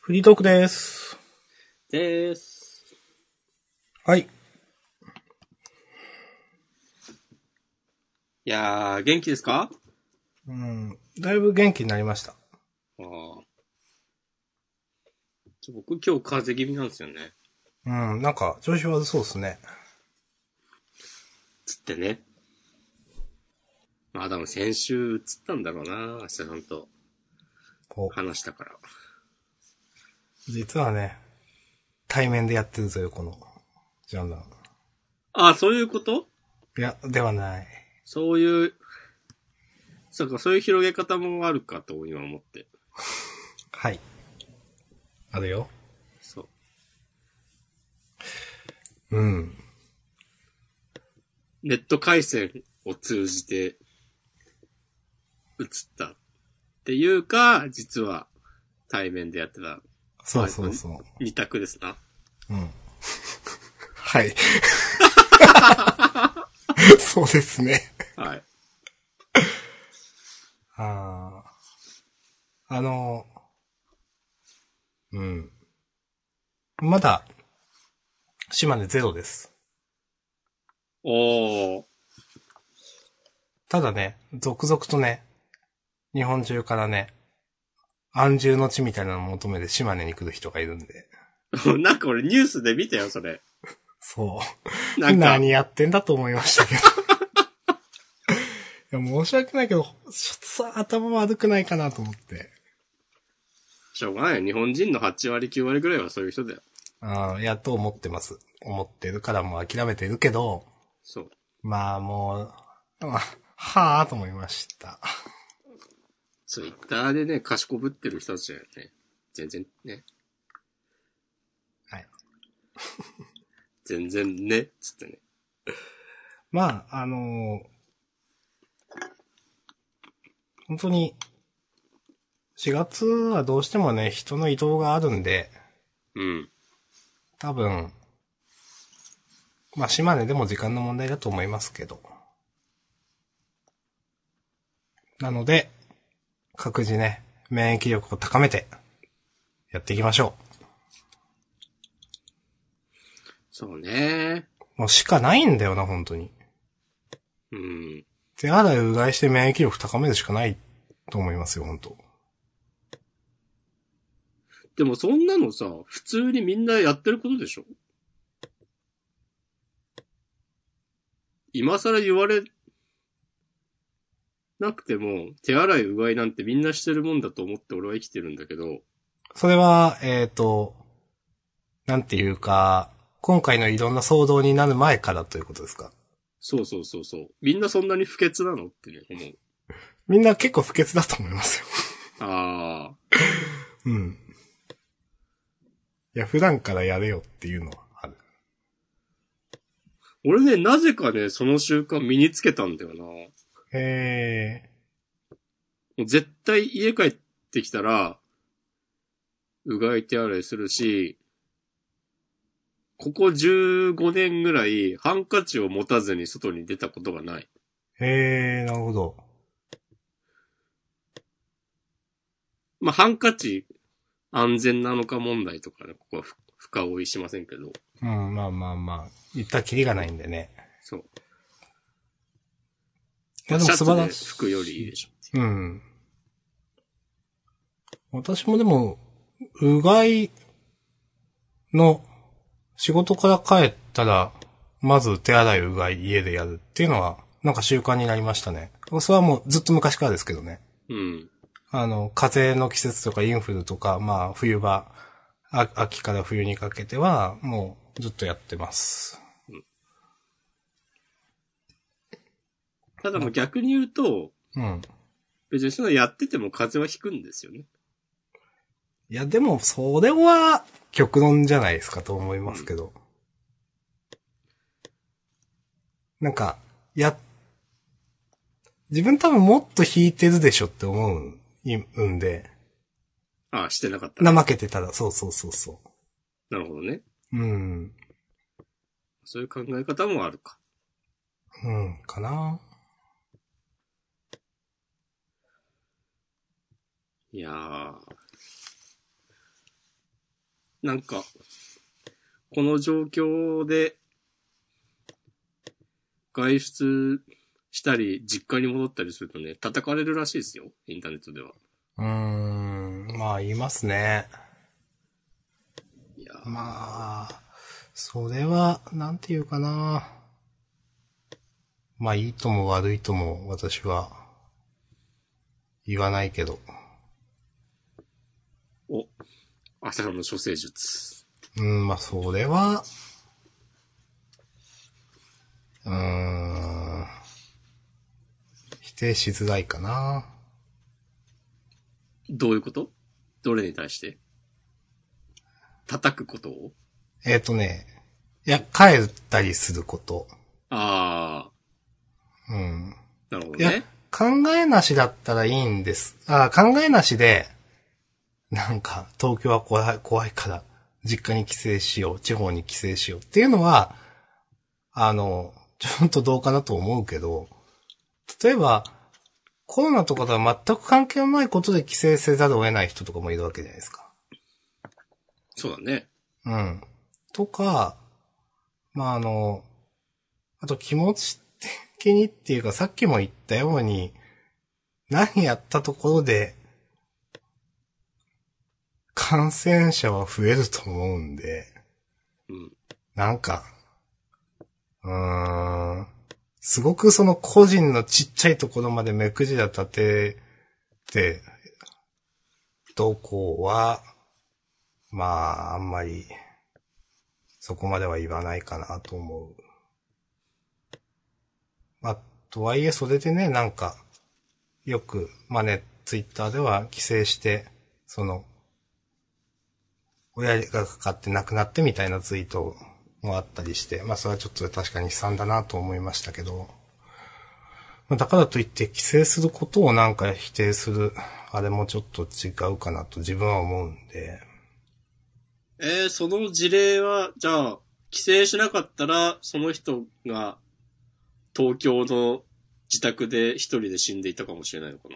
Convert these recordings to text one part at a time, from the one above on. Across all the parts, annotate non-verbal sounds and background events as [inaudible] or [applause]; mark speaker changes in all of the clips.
Speaker 1: フリートークです。
Speaker 2: でーす。
Speaker 1: はい。
Speaker 2: いやー、元気ですか
Speaker 1: うん。だいぶ元気になりました。
Speaker 2: あーちょ僕今日風邪気味なんですよね。
Speaker 1: うん。なんか、調子悪そうですね。
Speaker 2: つってね。まあでも先週映ったんだろうな、明日さんと
Speaker 1: こう。
Speaker 2: 話したから。
Speaker 1: 実はね、対面でやってるぞよ、この、ジャンダン。
Speaker 2: あー、そういうこと
Speaker 1: いや、ではない。
Speaker 2: そういう、そうか、そういう広げ方もあるかと今思って。
Speaker 1: はい。あるよ。
Speaker 2: そう。
Speaker 1: うん。
Speaker 2: ネット回線を通じて映ったっていうか、実は対面でやってた
Speaker 1: そうそうそう。
Speaker 2: 二択ですな。
Speaker 1: うん。 [laughs] はい。 [laughs] そうですね。
Speaker 2: はい。
Speaker 1: ああ。あの、うん。まだ、島根ゼロです。
Speaker 2: おー。 [laughs]
Speaker 1: ただね、続々とね、日本中からね、安住の地みたいなのを求めて島根に来る人がいるんで。
Speaker 2: なんか俺ニュースで見たよ、それ。
Speaker 1: そう。
Speaker 2: なんか、
Speaker 1: 何やってんだと思いましたけ [laughs] ど。いや、申し訳ないけど、ちょっとさ、頭悪くないかなと思って。
Speaker 2: しょうがないよ。日本人の8割、9割ぐらいはそういう人だよ。
Speaker 1: ああ、やっと思ってます。思ってるからもう諦めてるけど、
Speaker 2: そう。
Speaker 1: まあもう、まあはあと思いました。
Speaker 2: ツイッターでね、賢ぶってる人たちだよね。全然ね。
Speaker 1: はい。
Speaker 2: [laughs] 全然ね、つってね。
Speaker 1: まあ、あの本当に、4月はどうしてもね、人の移動があるんで、
Speaker 2: うん。
Speaker 1: 多分、まあ島根でも時間の問題だと思いますけど。なので、各自ね、免疫力を高めて、やっていきましょ
Speaker 2: そうね。
Speaker 1: う。もうしかないんだよな、本当に。
Speaker 2: うん。
Speaker 1: 手洗いうがいして免疫力高めるしかないと思いますよ、本当
Speaker 2: でもそんなのさ、普通にみんなやってることでしょ今更言われなくても、手洗い、うがいなんてみんなしてるもんだと思って俺は生きてるんだけど、
Speaker 1: それは、えっ、と、なんていうか、今回のいろんな騒動になる前からということですか
Speaker 2: そうそうそうそう。みんなそんなに不潔なのってね、思う。
Speaker 1: みんな結構不潔だと思いますよ。 [laughs]
Speaker 2: ああ、
Speaker 1: うん。いや、普段からやれよっていうのはある。
Speaker 2: 俺ね、なぜかね、その習慣身につけたんだよな。も
Speaker 1: へえ。
Speaker 2: う絶対家帰ってきたら、うがい手洗いするし、ここ15年ぐらいハンカチを持たずに外に出たことがない。
Speaker 1: へえ、なるほど。
Speaker 2: まあ、ハンカチ安全なのか問題とかね、ここはふ深追いしませんけど。
Speaker 1: うん、まあまあまあ。言ったきりがないんでね。
Speaker 2: そう。
Speaker 1: いや、で
Speaker 2: シ
Speaker 1: も
Speaker 2: ャツ
Speaker 1: 素
Speaker 2: で
Speaker 1: 晴らしい。
Speaker 2: 拭くよりいいでしょ。
Speaker 1: うん。私もでも、うがいの仕事から帰ったら、まず手洗いうがい家でやるっていうのは、なんか習慣になりましたね。それはもうずっと昔からですけどね。
Speaker 2: うん。
Speaker 1: あの、風邪の季節とかインフルとか、まあ冬場、あ秋から冬にかけては、もうずっとやってます。
Speaker 2: ただまあ逆に言うと、
Speaker 1: うん。
Speaker 2: 別にそのやってても風邪はひくんですよね。
Speaker 1: いや、でも、それは、極論じゃないですかと思いますけど。なんか、や、自分多分もっと引いてるでしょって思うん、いうんで、
Speaker 2: ああ、してなかった。な
Speaker 1: 怠けてたら、そうそうそうそ
Speaker 2: るほどね。
Speaker 1: う。うん。
Speaker 2: そういう考え方もあるか。
Speaker 1: うん、かな。
Speaker 2: いやー。なんか、この状況で、外出したり、実家に戻ったりするとね、叩かれるらしいですよ。インターネットでは。
Speaker 1: うーん、まあ、言いますね。
Speaker 2: いやー
Speaker 1: まあ、それは、なんていうかな。まあ、いいとも悪いとも、私は、言わないけど。
Speaker 2: お、朝さんの処世術。
Speaker 1: うん、まあ、それは、うーん、否定しづらいかな。
Speaker 2: どういうことどれに対して叩くことを
Speaker 1: えっ、とね、いや、帰ったりすること。
Speaker 2: あ
Speaker 1: うん。
Speaker 2: ー、なるほど
Speaker 1: いや
Speaker 2: ね。、
Speaker 1: 考えなしだったらいいんです。あ考えなしで、なんか、東京は怖い、怖いから、実家に帰省しよう、地方に帰省しようっていうのは、あの、ちょっとどうかなと思うけど、例えば、コロナとかとは全く関係のないことで帰省せざるを得ない人とかもいるわけじゃないですか。
Speaker 2: そうだね。
Speaker 1: うん。とか、まあ、あの、あと気持ち的にっていうか、さっきも言ったように、何やったところで、感染者は増えると思うんで、
Speaker 2: うん。
Speaker 1: なんか、うーん、すごくその個人のちっちゃいところまで目くじら立てて、どうこうは、まあ、あんまり、そこまでは言わないかなと思う。まあ、とはいえそれでね、なんか、よく、まあね、ツイッターでは帰省して、その、親がかかって亡くなってみたいなツイートもあったりして、まあそれはちょっと確かに悲惨だなと思いましたけど、まあだからといって規制することをなんか否定する、あれもちょっと違うかなと自分は思うんで、
Speaker 2: えー、その事例は、じゃあ、帰省しなかったら、その人が、東京の自宅で一人で死んでいたかもしれないのか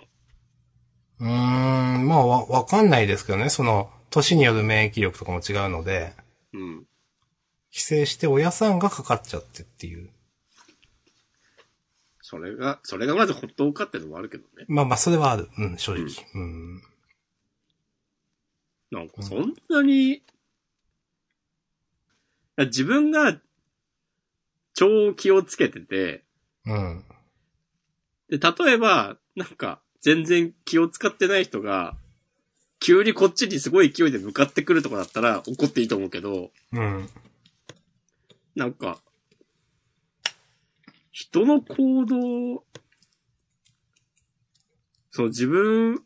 Speaker 1: うー
Speaker 2: な。
Speaker 1: ん、まあわ、わかんないですけどね、その、年による免疫力とかも違うので、
Speaker 2: うん。
Speaker 1: 帰省して親さんがかかっちゃってっていう。
Speaker 2: それが、それがまず本当かってのもあるけどね。
Speaker 1: まあまあ、それはある。うん、正直。うん。
Speaker 2: なんかそんなに、いや自分が超気をつけてて、
Speaker 1: うん。
Speaker 2: で、例えば、なんか、全然気を使ってない人が、急にこっちにすごい勢いで向かってくるとかだったら怒っていいと思うけど、
Speaker 1: うん。
Speaker 2: なんか、人の行動、その自分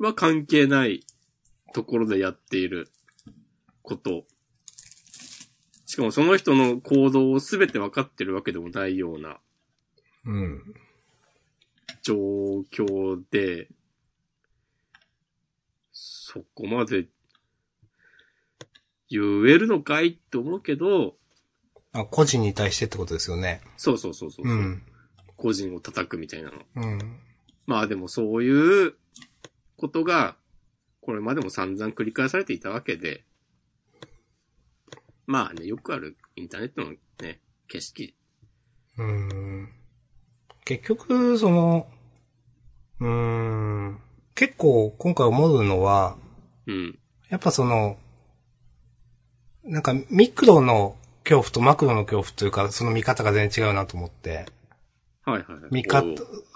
Speaker 2: は関係ないところでやっていること。しかもその人の行動を全て分かってるわけでもないような
Speaker 1: うん。
Speaker 2: 状況で、そこまで言えるのかいって思うけど、
Speaker 1: あ、個人に対してってことですよね。
Speaker 2: そうそうそうそう、
Speaker 1: うん。
Speaker 2: 個人を叩くみたいなの。
Speaker 1: うん。
Speaker 2: まあでもそういうことが、これまでも散々繰り返されていたわけで、まあね、よくあるインターネットのね、景色。
Speaker 1: うーん結局、その、うーん、結構今回思うのは、
Speaker 2: うん。
Speaker 1: やっぱその、なんかミクロの恐怖とマクロの恐怖というか、その見方が全然違うなと思って、
Speaker 2: はいはいはい。
Speaker 1: 見
Speaker 2: お
Speaker 1: 方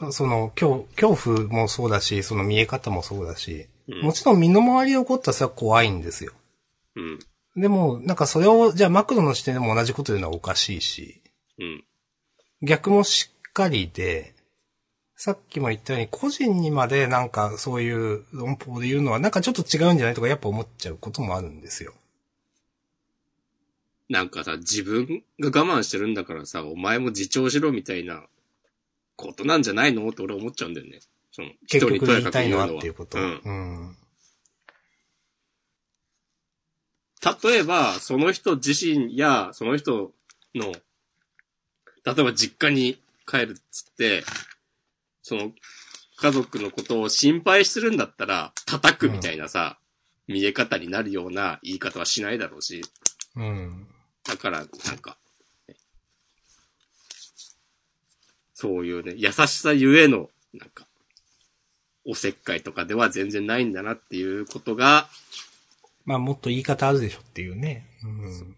Speaker 2: う、
Speaker 1: その恐恐怖もそうだし、その見え方もそうだし、
Speaker 2: うん
Speaker 1: もちろん身の回りで起こったらそれは怖いんですよ。
Speaker 2: うん。
Speaker 1: でも、なんかそれを、じゃあマクロの視点でも同じこと言うのはおかしいし、
Speaker 2: うん。
Speaker 1: 逆もしっかりで、さっきも言ったように個人にまでなんかそういう論法で言うのはなんかちょっと違うんじゃないとかやっぱ思っちゃうこともあるんですよ。
Speaker 2: なんかさ、自分が我慢してるんだからさ、お前も自重しろみたいなことなんじゃないのって俺思っちゃうんだよね。その、
Speaker 1: 結局
Speaker 2: 人にと
Speaker 1: 言
Speaker 2: や
Speaker 1: い
Speaker 2: かく
Speaker 1: たいのは
Speaker 2: 言
Speaker 1: っていうこと。
Speaker 2: うん。
Speaker 1: うん。
Speaker 2: 例えば、その人自身や、その人の、例えば実家に帰るっつって、その、家族のことを心配してるんだったら、叩くみたいなさ、見え方になるような言い方はしないだろうし、
Speaker 1: うん。
Speaker 2: だから、なんか、ねそういうね、優しさゆえの、なんか、おせっかいとかでは全然ないんだなっていうことが、
Speaker 1: まあもっと言い方あるでしょっていうね。うん。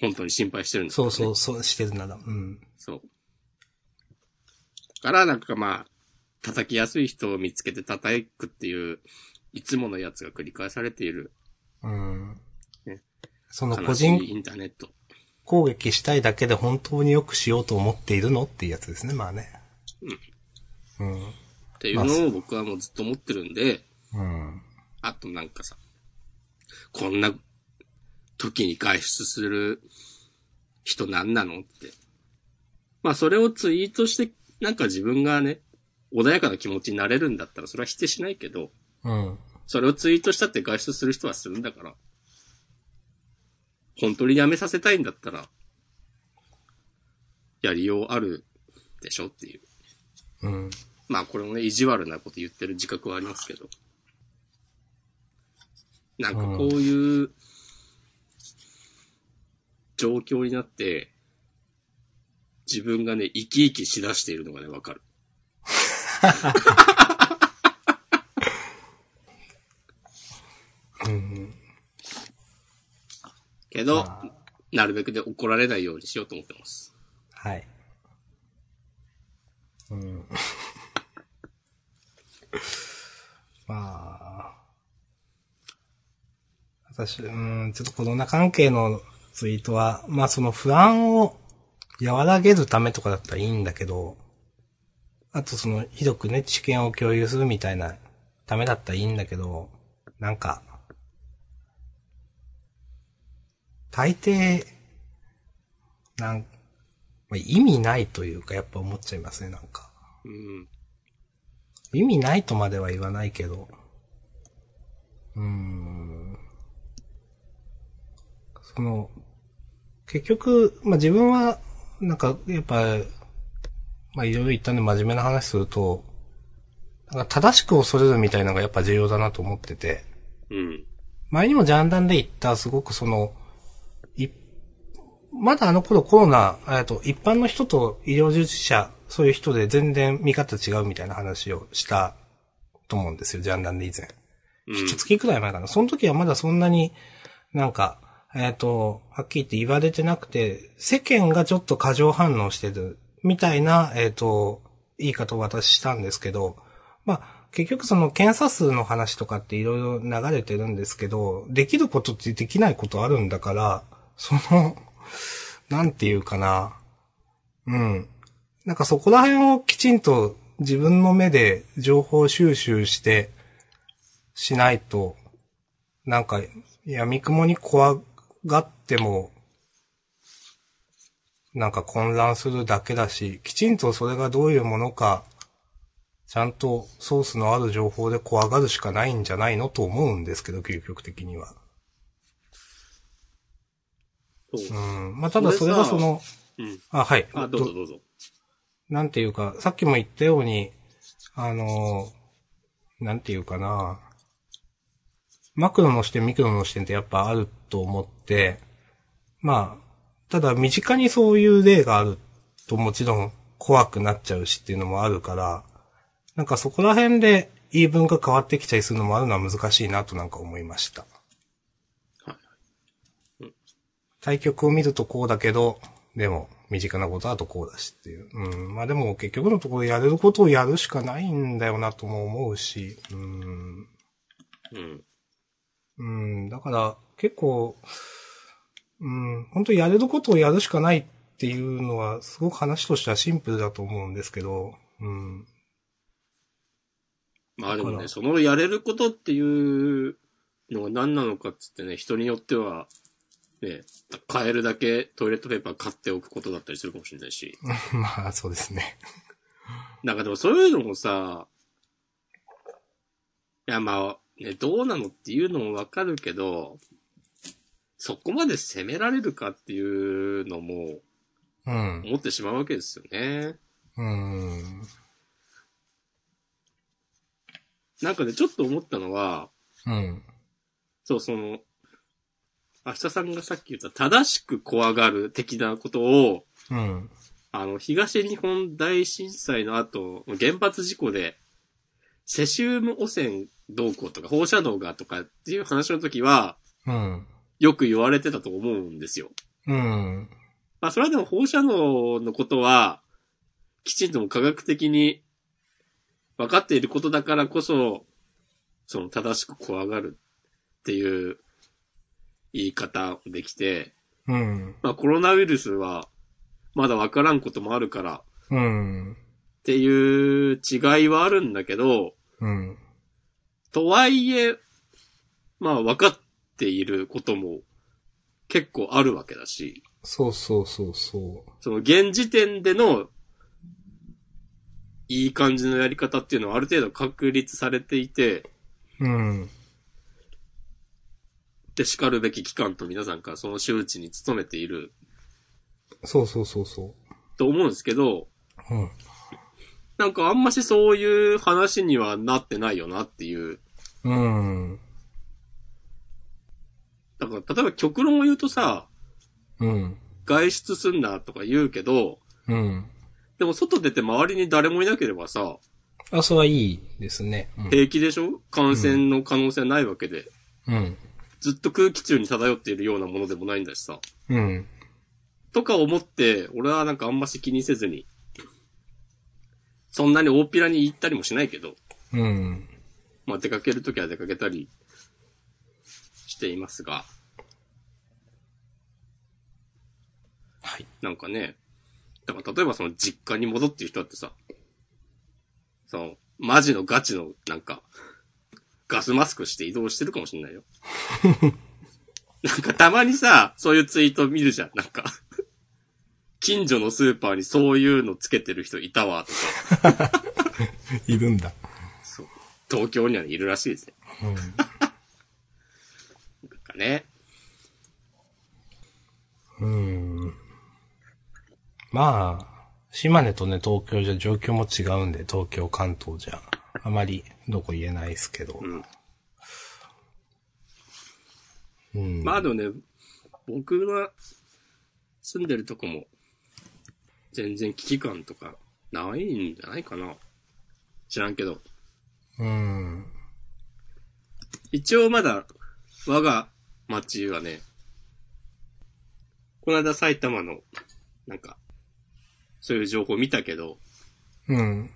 Speaker 2: 本当に心配してるんです
Speaker 1: そうそう、そうしてるなら。うん。
Speaker 2: そう。だからなんかまあ、叩きやすい人を見つけて叩くっていう、いつものやつが繰り返されている、
Speaker 1: うん
Speaker 2: ね。
Speaker 1: その個
Speaker 2: 悲しい
Speaker 1: 人
Speaker 2: インターネット。
Speaker 1: 攻撃したいだけで本当によくしようと思っているのっていうやつですね、まあね。うん。
Speaker 2: っていうのを僕はもうずっと思ってるんで、
Speaker 1: うん。
Speaker 2: あとなんかさ、こんな時に外出する人なんなのって。まあそれをツイートして、なんか自分がね、穏やかな気持ちになれるんだったらそれは否定しないけど、
Speaker 1: うん。
Speaker 2: それをツイートしたって外出する人はするんだから、本当にやめさせたいんだったら、やりようあるでしょっていう。
Speaker 1: うん。
Speaker 2: まあこれもね、意地悪なこと言ってる自覚はありますけど。なんかこういう状況になって、自分がね、生き生きしだしているのがね、わかる。けど、
Speaker 1: まあ
Speaker 2: なるべくで怒られないようにしようと思ってます。
Speaker 1: はい。うん。 [laughs] まあ。私、うん、ちょっとコロナ関係のツイートは、まあその不安を和らげるためとかだったらいいんだけど、あとその、ひどくね、知見を共有するみたいなためだったらいいんだけど、なんか、大抵、なんまあ、意味ないというか、やっぱ思っちゃいますね、なんか。
Speaker 2: うん。
Speaker 1: 意味ないとまでは言わないけど。うーん。その、結局、まあ、自分は、なんか、やっぱ、まあ、いろいろ言ったんで真面目な話すると、なんか正しく恐れるみたいなのがやっぱ重要だなと思ってて。
Speaker 2: うん。
Speaker 1: 前にもジャンダンで言った、すごくその、い、まだあの頃コロナ、えっと、一般の人と医療従事者、そういう人で全然見方違うみたいな話をしたと思うんですよ、ジャンダンで以前。
Speaker 2: うん
Speaker 1: 一月くらい前かな。その時はまだそんなに、なんか、えっ、と、はっきり言って言われてなくて、世間がちょっと過剰反応してる、みたいな、えっ、と、言い方を私したんですけど、まあ、結局その検査数の話とかっていろいろ流れてるんですけど、できることってできないことあるんだから、その、なんていうかな。うん。なんかそこら辺をきちんと自分の目で情報収集して、しないと、なんか、闇雲に怖がっても、なんか混乱するだけだし、きちんとそれがどういうものか、ちゃんとソースのある情報で怖がるしかないんじゃないのと思うんですけど、究極的には。。
Speaker 2: そううん
Speaker 1: まあ、ただそれがその、
Speaker 2: うん。
Speaker 1: あ、はい。
Speaker 2: あ、どうぞどうぞ。
Speaker 1: なんていうか、さっきも言ったように、あの、なんていうかな、マクロの視点、ミクロの視点ってやっぱあると思って、まあ、ただ身近にそういう例があるともちろん怖くなっちゃうしっていうのもあるから、なんかそこら辺で言い分が変わってきたりするのもあるのは難しいなとなんか思いました。
Speaker 2: はい。
Speaker 1: 対局を見るとこうだけど、でも、身近なことだとこうだしっていう。うん。まあでも、結局のところやれることをやるしかないんだよなとも思うし、うん。
Speaker 2: うん。
Speaker 1: うん。だから、結構、うん。本当にやれることをやるしかないっていうのは、すごく話としてはシンプルだと思うんですけど、うん。 [laughs]
Speaker 2: まあでも
Speaker 1: だか
Speaker 2: ね、
Speaker 1: ら
Speaker 2: そのやれることっていうのが何なのかっつってね、人によっては、ね、買えるだけトイレットペーパー買っておくことだったりするかもしれないし。
Speaker 1: まあ、そうですね。
Speaker 2: なんかでもそういうのもさ、いやまあ、ね、どうなのっていうのもわかるけど、そこまで責められるかっていうのも
Speaker 1: うん。
Speaker 2: 思ってしまうわけですよね。
Speaker 1: うん。
Speaker 2: なんかね、ちょっと思ったのは、
Speaker 1: うん。
Speaker 2: そう、その、明日さんがさっき言った正しく怖がる的なことを、
Speaker 1: うん。
Speaker 2: あの、東日本大震災の後、原発事故で、セシウム汚染動向とか放射能がとかっていう話の時は、
Speaker 1: うん。
Speaker 2: よく言われてたと思うんですよ。
Speaker 1: うん。
Speaker 2: まあ、それはでも放射能のことは、きちんとも科学的に分かっていることだからこそ、その正しく怖がるっていう言い方をできて、
Speaker 1: うん。
Speaker 2: まあコロナウイルスはまだ分からんこともあるから、
Speaker 1: うん。
Speaker 2: っていう違いはあるんだけど、
Speaker 1: うん。
Speaker 2: とはいえ、まあ分かっていることも結構あるわけだし、
Speaker 1: そうそうそうそ
Speaker 2: その現時点でのいい感じのやり方っていうのはある程度確立されていて、
Speaker 1: う。うん。
Speaker 2: で、叱るべき機関と皆さんからその周知に努めている
Speaker 1: そうそうそうそ
Speaker 2: と思うんですけど、
Speaker 1: う。うん。
Speaker 2: なんかあんましそういう話にはなってないよなっていう。
Speaker 1: うん。
Speaker 2: だから、例えば極論を言うとさ、
Speaker 1: うん。
Speaker 2: 外出すんなとか言うけど、
Speaker 1: うん。
Speaker 2: でも外出て周りに誰もいなければさ、
Speaker 1: あ、それはいいですね。
Speaker 2: 平気でしょ感染の可能性はないわけで。
Speaker 1: うん。
Speaker 2: ずっと空気中に漂っているようなものでもないんだしさ。
Speaker 1: うん。
Speaker 2: とか思って、俺はなんかあんまし気にせずに、そんなに大っぴらに行ったりもしないけど、
Speaker 1: うん。
Speaker 2: まあ出かけるときは出かけたりしていますが、
Speaker 1: はい。
Speaker 2: なんかね、だから例えばその実家に戻ってる人だってさ、その、マジのガチの、なんか、ガスマスクして移動してるかもし
Speaker 1: [laughs]
Speaker 2: んないよ。なんかたまにさ、そういうツイート見るじゃん、なんか。近所のスーパーにそういうのつけてる人いたわ、とか。
Speaker 1: いるんだ。
Speaker 2: そう。東京にはいるらしいですね。
Speaker 1: うん。
Speaker 2: なんかね。
Speaker 1: うーんまあ、島根とね、東京じゃ状況も違うんで、東京、関東じゃ、あまりどこ言えないですけど。
Speaker 2: うん。
Speaker 1: うん。
Speaker 2: まあでもね、僕が住んでるとこも、全然危機感とかないんじゃないかな。知らんけど。
Speaker 1: うん。
Speaker 2: 一応まだ、我が町はね、この間埼玉の、なんか、そういう情報見たけど、
Speaker 1: うん。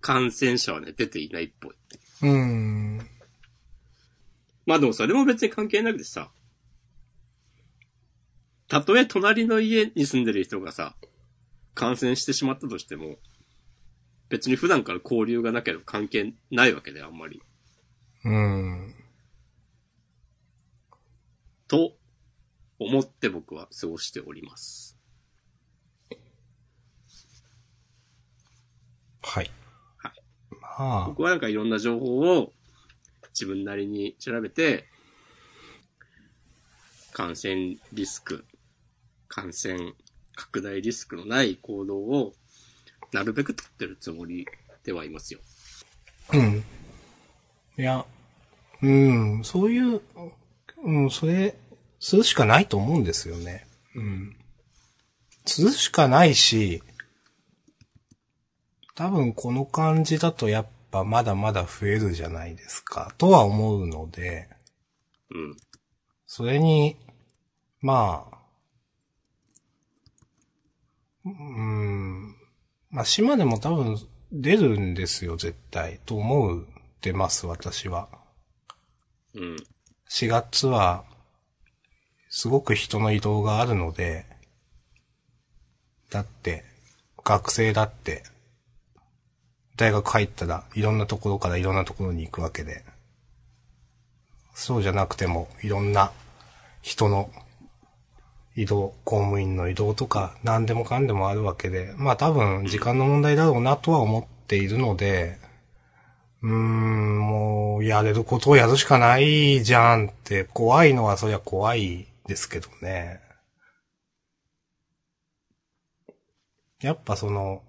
Speaker 2: 感染者はね、出ていないっぽい。
Speaker 1: うん。
Speaker 2: まあでもそれも別に関係なくてさ、たとえ隣の家に住んでる人がさ、感染してしまったとしても、別に普段から交流がなければ関係ないわけで、あんまり。
Speaker 1: うん。
Speaker 2: と、思って僕は過ごしております。
Speaker 1: はい。
Speaker 2: はい
Speaker 1: まあ
Speaker 2: 僕、はなんかいろんな情報を自分なりに調べて、感染リスク、感染拡大リスクのない行動をなるべく取ってるつもりではいますよ。
Speaker 1: うん。いや、うん、そういう、うん、それ、するしかないと思うんですよね。うん。するしかないし、多分この感じだとやっぱまだまだ増えるじゃないですか、とは思うので、
Speaker 2: うん。
Speaker 1: それに、まあ、うーん、まあ島でも多分出るんですよ、絶対。と思う、出ます、私は。
Speaker 2: うん。
Speaker 1: 4月は、すごく人の移動があるので、だって、学生だって、大学入ったらいろんなところからいろんなところに行くわけで、そうじゃなくてもいろんな人の移動、公務員の移動とか何でもかんでもあるわけで、まあ多分時間の問題だろうなとは思っているので、うーん、もう、やれることをやるしかないじゃんって、怖いのはそりゃ怖いですけどね。やっぱその、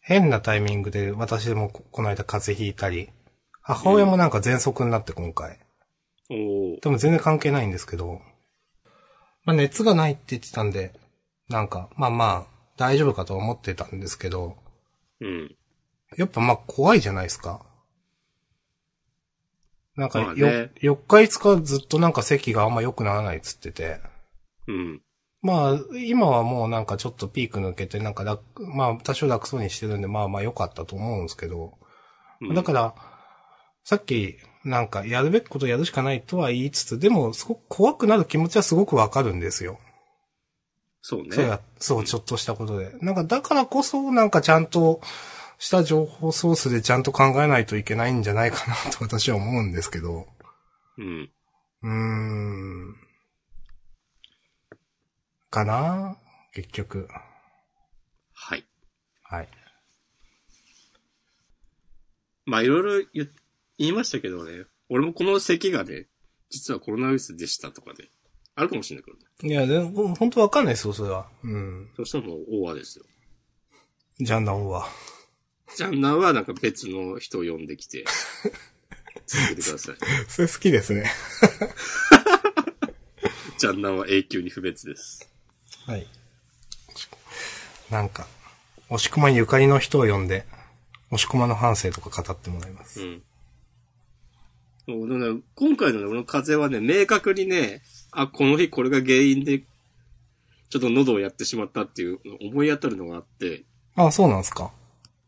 Speaker 1: 変なタイミングで私でもここの間風邪ひいたり、母親もなんか喘息になって今回。
Speaker 2: おお
Speaker 1: 多分全然関係ないんですけど、まあ熱がないって言ってたんで、なんか、まあまあ、大丈夫かと思ってたんですけど、
Speaker 2: うん。
Speaker 1: やっぱまあ怖いじゃないですか。なんか、
Speaker 2: まあ
Speaker 1: よ、
Speaker 2: ね
Speaker 1: 4日5日ずっとなんか咳があんま良くならないっつってて。
Speaker 2: うん。
Speaker 1: まあ、今はもうなんかちょっとピーク抜けて、なんか楽、まあ多少楽そうにしてるんで、まあまあ良かったと思うんですけど。
Speaker 2: うん
Speaker 1: だから、さっき、なんかやるべきことやるしかないとは言いつつ、でもすごく怖くなる気持ちはすごくわかるんですよ。
Speaker 2: そうね。
Speaker 1: そうや、そう、ちょっとしたことで。なんか、だからこそ、なんかちゃんとした情報ソースでちゃんと考えないといけないんじゃないかなと私は思うんですけど。
Speaker 2: うん。
Speaker 1: うーん。かな結局。
Speaker 2: はい。
Speaker 1: はい。
Speaker 2: まあいろいろ言、言いましたけどね。俺もこの咳がね、実はコロナウイルスでしたとかね。あるかもしれないからね。
Speaker 1: いや、でも、本当わかんないですよ、それは。うん。
Speaker 2: そしたらもう大和ですよ。
Speaker 1: ジャンダンは。
Speaker 2: ジャンナーはなんか別の人を呼んできて、続けてください。
Speaker 1: [laughs] それ好きですね。
Speaker 2: ジャンナーは永久に不滅です。
Speaker 1: はい。なんか、押し込まゆかりの人を呼んで、押し込まの反省とか語ってもらいます。
Speaker 2: うん。もうでもね、今回のね、俺の風邪はね、明確にね、あ、この日これが原因で、ちょっと喉をやってしまったっていう思い当たるのがあって、
Speaker 1: あ、そうなんですか。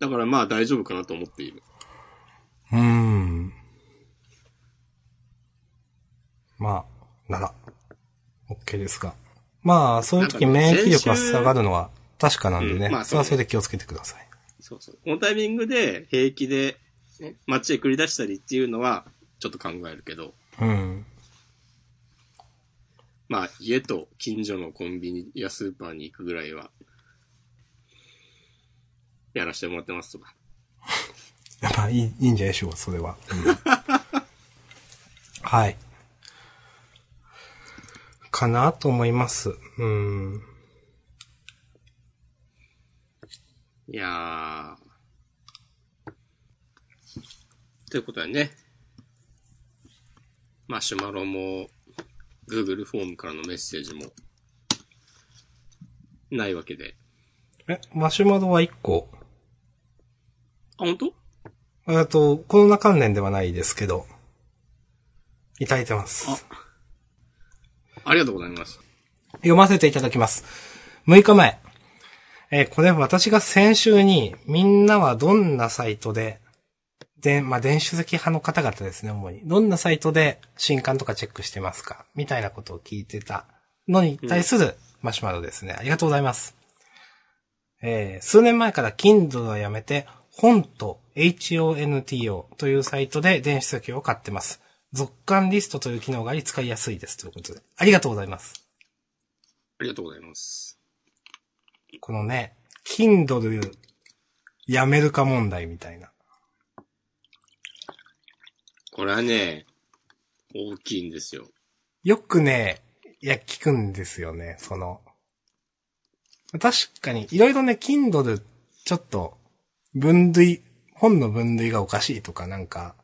Speaker 2: だからまあ大丈夫かなと思っている。
Speaker 1: うーん。まあ、なら、OK ですが。まあ、そういう時
Speaker 2: なんかね
Speaker 1: 免疫力が
Speaker 2: 先週
Speaker 1: 下がるのは確かなんでね。
Speaker 2: うんまあ
Speaker 1: それはそれで気をつけてください。
Speaker 2: そうそう。このタイミングで平気で、ね、街へ繰り出したりっていうのは、ちょっと考えるけど、
Speaker 1: うん。
Speaker 2: まあ家と近所のコンビニやスーパーに行くぐらいは、やらせてもらってますとか。
Speaker 1: やっぱいい、いいんじゃないでしょうか、それは。うん [laughs] はい。かなと思います。うん。
Speaker 2: いやー。ということでね、マシュマロも、Google フォームからのメッセージも、ないわけで。
Speaker 1: え、マシュマロは1個。
Speaker 2: あ、本当？
Speaker 1: えっと、コロナ関連ではないですけど、いただいてます。
Speaker 2: あありがとうございます。
Speaker 1: 読ませていただきます。6日前。えーこれ私が先週に、みんなはどんなサイトで、で、まあ、電子書籍派の方々ですね、主に。どんなサイトで新刊とかチェックしてますかみたいなことを聞いてたのに対するマシュマロですね。ありがとうございます。えー数年前から Kindle をやめて、本と HONTO というサイトで電子書籍を買ってます。続刊リストという機能があり使いやすいですということで。ありがとうございます。
Speaker 2: ありがとうございます。
Speaker 1: このね、Kindle やめるか問題みたいな。
Speaker 2: これはね、大きいんですよ。
Speaker 1: よくね、いや、聞くんですよね、その。確かに、いろいろね、Kindle、ちょっと、分類、本の分類がおかしいとか、なんか、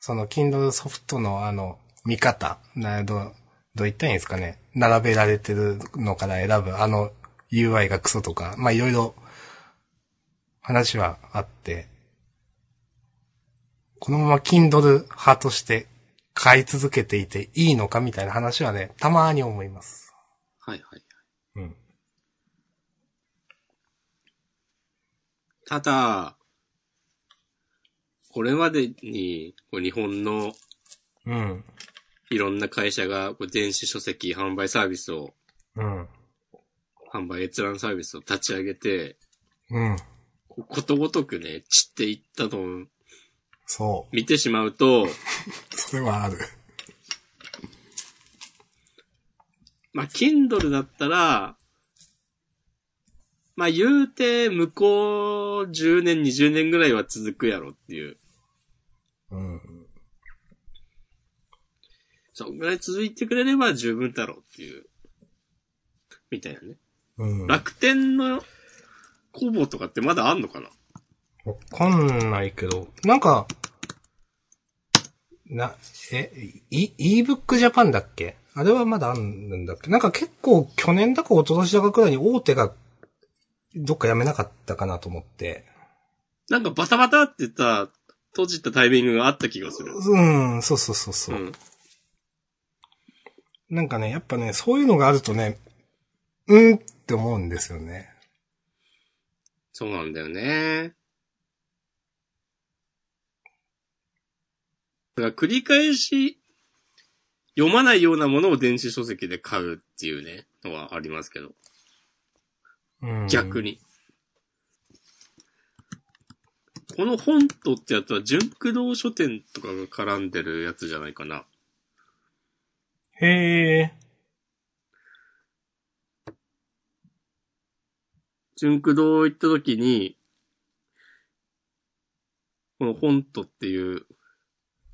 Speaker 1: その Kindle ソフトのあの、見方、など、どう言ったらいいんですかね。並べられてるのから選ぶ、あの、UI がクソとか、まあ、いろいろ、話はあって、このまま Kindle 派として買い続けていていいのかみたいな話はね、たまーに思います。
Speaker 2: はいはい。
Speaker 1: うん。
Speaker 2: ただ、これまでに、こう日本の
Speaker 1: うん。
Speaker 2: いろんな会社がこう電子書籍販売サービスを、
Speaker 1: うん。
Speaker 2: 販売閲覧サービスを立ち上げて、
Speaker 1: うん。
Speaker 2: こうことごとくね、散っていったと
Speaker 1: そ
Speaker 2: 見てしまうと、
Speaker 1: う。それはある。
Speaker 2: まあ、Kindle だったら、まあ、言うて、向こう10年、20年ぐらいは続くやろっていう。
Speaker 1: うん。
Speaker 2: そんぐらい続いてくれれば十分だろうっていう。みたいなね。
Speaker 1: うん。わ
Speaker 2: 楽天の工房とかってまだあんのかな
Speaker 1: かんないけど、なんか、な、え、e、ebook Japan だっけあれはまだあるんだっけなんか結構去年だか一昨年だかくらいに大手がどっか辞めなかったかなと思って。
Speaker 2: なんかバタバタって言った、閉じたタイミングがあった気がする。
Speaker 1: うん、そうそうそうそうう、
Speaker 2: ん。
Speaker 1: なんかね、やっぱね、そういうのがあるとね、うんって思うんですよね。
Speaker 2: そうなんだよね。だから繰り返し読まないようなものを電子書籍で買うっていうね、のはありますけど、
Speaker 1: うん、
Speaker 2: 逆に。この本とってやつは、純駆動書店とかが絡んでるやつじゃないかな。
Speaker 1: へえ。
Speaker 2: 純駆動行った時に、この本とっていう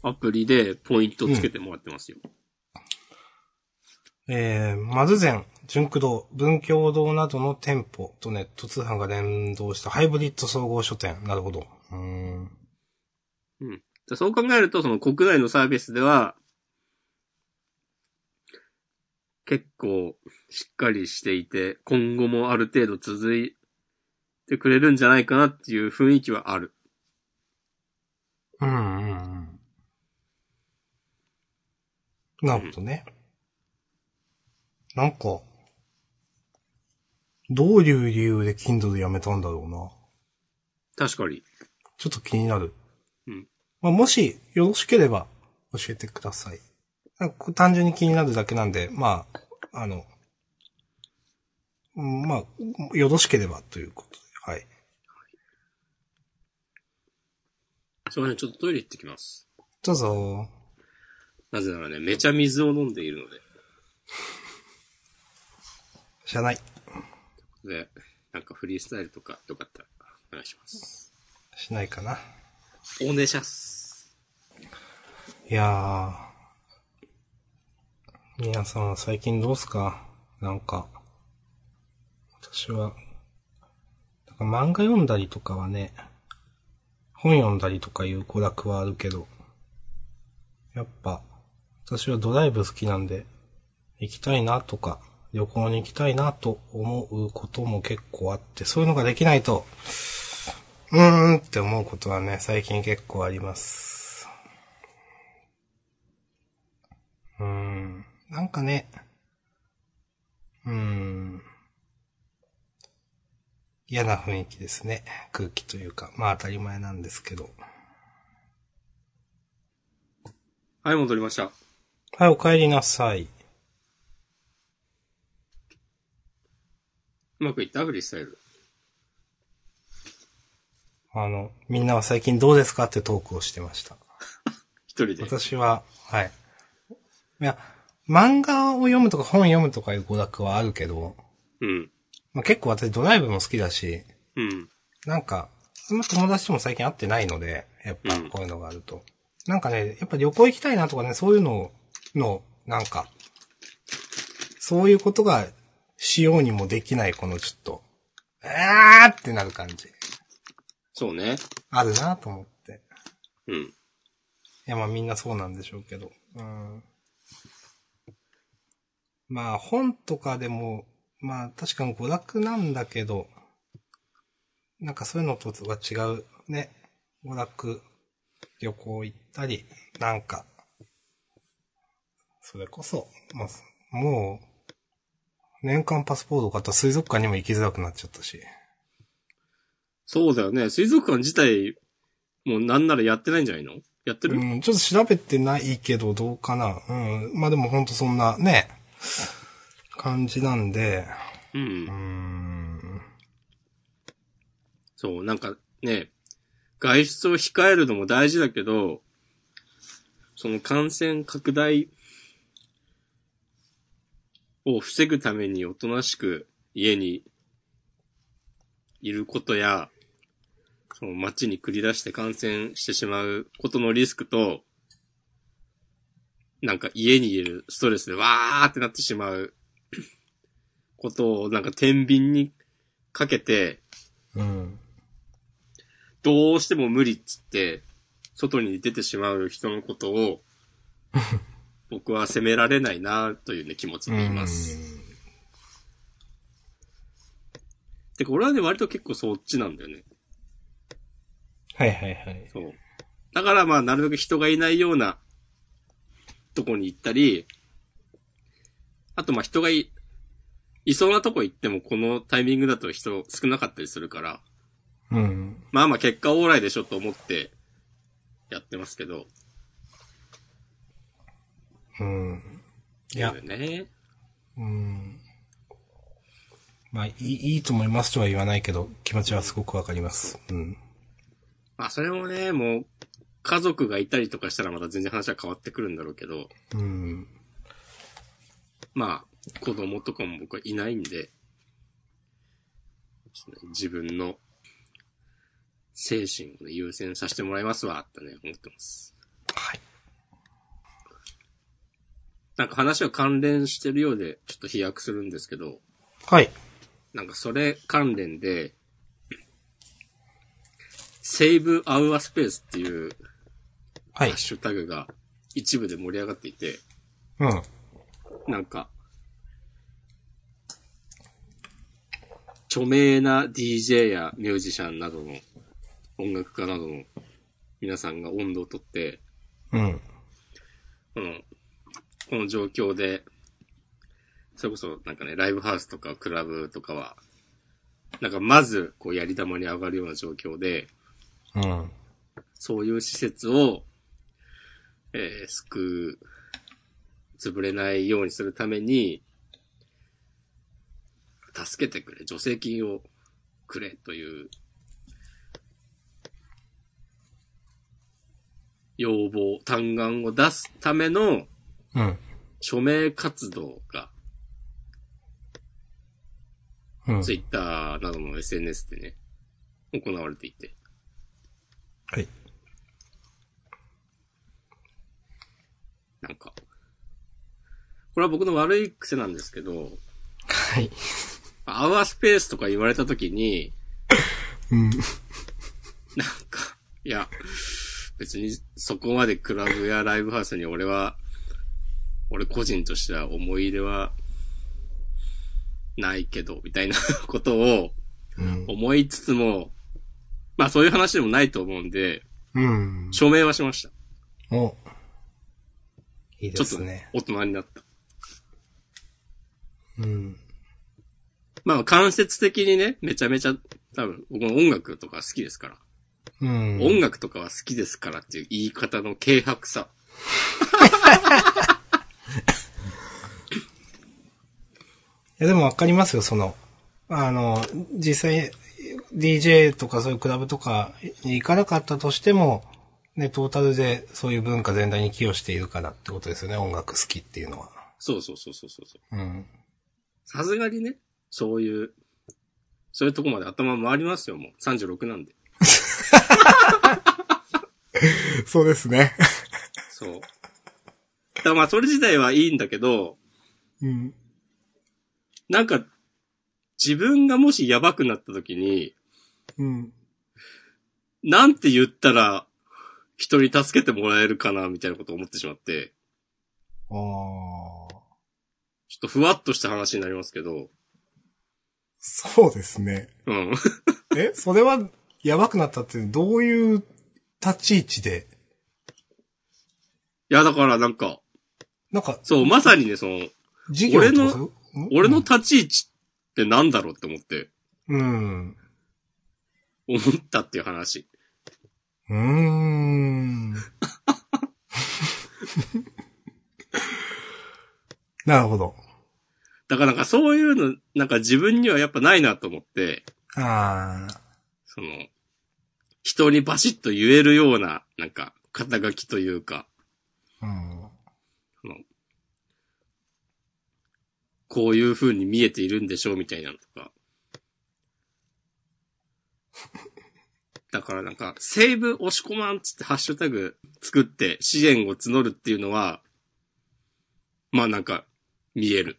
Speaker 2: アプリでポイントつけてもらってますよ。
Speaker 1: えー、マルゼン、純駆堂、文教堂などの店舗とネット通販が連動したハイブリッド総合書店。なるほど。うーん。
Speaker 2: でそう考えると、その国内のサービスでは、結構しっかりしていて、今後もある程度続いてくれるんじゃないかなっていう雰囲気はある。
Speaker 1: うんうんうん。なるほどね。なんか、どういう理由で Kindle やめたんだろうな。
Speaker 2: 確かに。
Speaker 1: ちょっと気になる。
Speaker 2: うん
Speaker 1: まあ、もし、よろしければ、教えてください。なんか単純に気になるだけなんで、まあ、あの、うんまあ、よろしければということで、はい。
Speaker 2: すいません、ちょっとトイレ行ってきます。
Speaker 1: どうぞ。
Speaker 2: なぜならね、めちゃ水を飲んでいる
Speaker 1: 知らない。
Speaker 2: ので。で、なんかフリースタイルとかよかったらお願いします。
Speaker 1: しないかな。
Speaker 2: お願いします。
Speaker 1: いやー。皆さんは最近どうすかなんか、私は、なんか漫画読んだりとかはね、本読んだりとかいう娯楽はあるけど、やっぱ、私はドライブ好きなんで、行きたいなとか、旅行に行きたいなと思うことも結構あって、そういうのができないと、うーんって思うことはね、最近結構あります。うーん。なんかね。うーん。嫌な雰囲気ですね。空気というか。まあ当たり前なんですけど。
Speaker 2: はい、戻りました。
Speaker 1: はい、お帰りなさい。
Speaker 2: うまくいったフリースタイル。
Speaker 1: あの、みんなは最近どうですかってトークをしてました。
Speaker 2: 一人で。
Speaker 1: 私は、はい。いや、漫画を読むとか本読むとかいう娯楽はあるけど、
Speaker 2: うん。
Speaker 1: まあ、結構私ドライブも好きだし、
Speaker 2: うん。
Speaker 1: なんか、あんま友達とも最近会ってないので、やっぱ
Speaker 2: うん
Speaker 1: こういうのがあると。なんかね、やっぱ旅行行きたいなとかね、そういうのの、なんか、そういうことがしようにもできない、このちょっと、あーってなる感じ。
Speaker 2: そうね。
Speaker 1: あるなと思って。
Speaker 2: うん。
Speaker 1: いや、まあみんなそうなんでしょうけど。うん。まあ本とかでも、まあ確かに娯楽なんだけど、なんかそういうのとは違うね。娯楽、旅行行ったり、なんか、それこそ、まあ、もう、年間パスポートを買ったら水族館にも行きづらくなっちゃったし。
Speaker 2: そうだよね。水族館自体、もうなんならやってないんじゃないのやってる、
Speaker 1: うん、ちょっと調べてないけど、どうかな。うん。まあでもほんとそんなね、感じなんで、
Speaker 2: う。
Speaker 1: うんん。
Speaker 2: そう、なんかね、外出を控えるのも大事だけど、その感染拡大を防ぐためにおとなしく家にいることや、その街に繰り出して感染してしまうことのリスクと、なんか家にいるストレスでわーってなってしまうことをなんか天秤にかけて、
Speaker 1: うん。
Speaker 2: どうしても無理っつって、外に出てしまう人のこ
Speaker 1: [laughs]
Speaker 2: とを、僕は責められないな、というね、気持ちでいます。てか、俺はね、割と結構そっちなんだよね。
Speaker 1: はいはいはい。
Speaker 2: そう。だからまあ、なるべく人がいないようなとこに行ったり、あとまあ人がい、いそうなとこ行ってもこのタイミングだと人少なかったりするから、
Speaker 1: うん。
Speaker 2: まあまあ結果オーライでしょと思ってやってますけど、
Speaker 1: うん。いや
Speaker 2: そうだよね。
Speaker 1: うん。まあ、いい、いいと思いますとは言わないけど、気持ちはすごくわかります。うん。
Speaker 2: まあそれもね、もう家族がいたりとかしたらまた全然話は変わってくるんだろうけど、
Speaker 1: うん。
Speaker 2: まあ、子供とかも僕はいないんで、ちょっとね自分の精神を、ね、優先させてもらいますわ、ってね、思ってます。
Speaker 1: はい。
Speaker 2: なんか話は関連してるようで、ちょっと飛躍するんですけど、
Speaker 1: はい。
Speaker 2: なんかそれ関連で、Save Our Space っていう
Speaker 1: は
Speaker 2: ハ
Speaker 1: い
Speaker 2: ッ。シュタグが一部で盛り上がっていて、
Speaker 1: うん。
Speaker 2: なんか、著名な DJ やミュージシャンなどの音楽家などの皆さんが温度をとって、
Speaker 1: うん。
Speaker 2: この、この状況で、それこそなんかね、ライブハウスとかクラブとかは、なんかまずこうやり玉に上がるような状況で、
Speaker 1: うん。
Speaker 2: そういう施設を、えー救う、潰れないようにするために、助けてくれ、助成金をくれという、要望、嘆願を出すための
Speaker 1: うん。
Speaker 2: 署名活動が、
Speaker 1: うん。
Speaker 2: ツイッターなどの SNS でね、行われていて。
Speaker 1: はい。
Speaker 2: なんか、これは僕の悪い癖なんですけど、
Speaker 1: はい。
Speaker 2: アワースペースとか言われたときに、
Speaker 1: うん。
Speaker 2: なんか、いや、別にそこまでクラブやライブハウスに俺は、俺個人としては思い入れは、ないけど、みたいな [laughs] ことを
Speaker 1: うん。
Speaker 2: 思いつつも、まあそういう話でもないと思うんで、
Speaker 1: うん。
Speaker 2: 署名はしました。
Speaker 1: お。いいで
Speaker 2: ちょっと
Speaker 1: すね。
Speaker 2: 大人になった。
Speaker 1: うん。
Speaker 2: まあ間接的にね、めちゃめちゃ、多分、僕も音楽とか好きですから。
Speaker 1: うん。
Speaker 2: 音楽とかは好きですからっていう言い方の軽薄さ。
Speaker 1: いや、でもわかりますよ、その。あの、実際、DJ とかそういうクラブとかに行かなかったとしても、ね、トータルでそういう文化全体に寄与しているからってことですよね、音楽好きっていうのは。
Speaker 2: そうそうそうそうそうそう。
Speaker 1: うん。
Speaker 2: さすがにね、そういう、そういうとこまで頭回りますよ、もう。36なんで。
Speaker 1: そうですね。
Speaker 2: そう。だからまあ、それ自体はいいんだけど、
Speaker 1: うん。
Speaker 2: なんか、自分がもしやばくなった時に、
Speaker 1: うん。
Speaker 2: なんて言ったら、人に助けてもらえるかな、みたいなことを思ってしまって、
Speaker 1: ああ。
Speaker 2: ちょっとふわっとした話になりますけど、
Speaker 1: そうですね。
Speaker 2: うん。 [laughs]
Speaker 1: え、それは、やばくなったってどういう立ち位置で、
Speaker 2: いや、だからなんか、
Speaker 1: なんか、
Speaker 2: そう、まさにね、その、
Speaker 1: 事業とかそういう
Speaker 2: 俺の、立ち位置ってなんだろうって思って、
Speaker 1: うん。
Speaker 2: 思ったっていう話。
Speaker 1: うーん。 [laughs] なるほど。
Speaker 2: だからなんかそういうの、なんか自分にはやっぱないなと思って、
Speaker 1: ああ。
Speaker 2: その、人にバシッと言えるような、なんか、肩書きというか、
Speaker 1: うん。
Speaker 2: その、こういう風に見えているんでしょうみたいなのとか。だからなんか、セーブ押し込まんつってハッシュタグ作って支援を募るっていうのは、まあなんか、見える。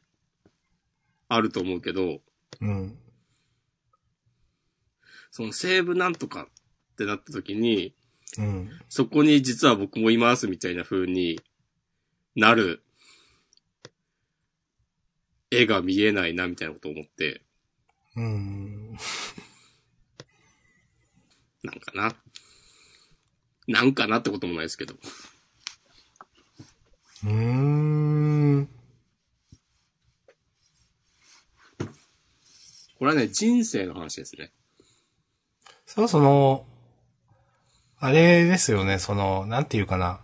Speaker 2: あると思うけど、
Speaker 1: うん。
Speaker 2: そのセーブなんとかってなった時に、
Speaker 1: うん。
Speaker 2: そこに実は僕もいますみたいな風になる絵が見えないなみたいなことを思って、
Speaker 1: うん。
Speaker 2: なんかな。なんかなってこともないですけど。
Speaker 1: うーん。
Speaker 2: これはね、人生の話ですね。
Speaker 1: そもそも、あれですよね、その、なんていうかな。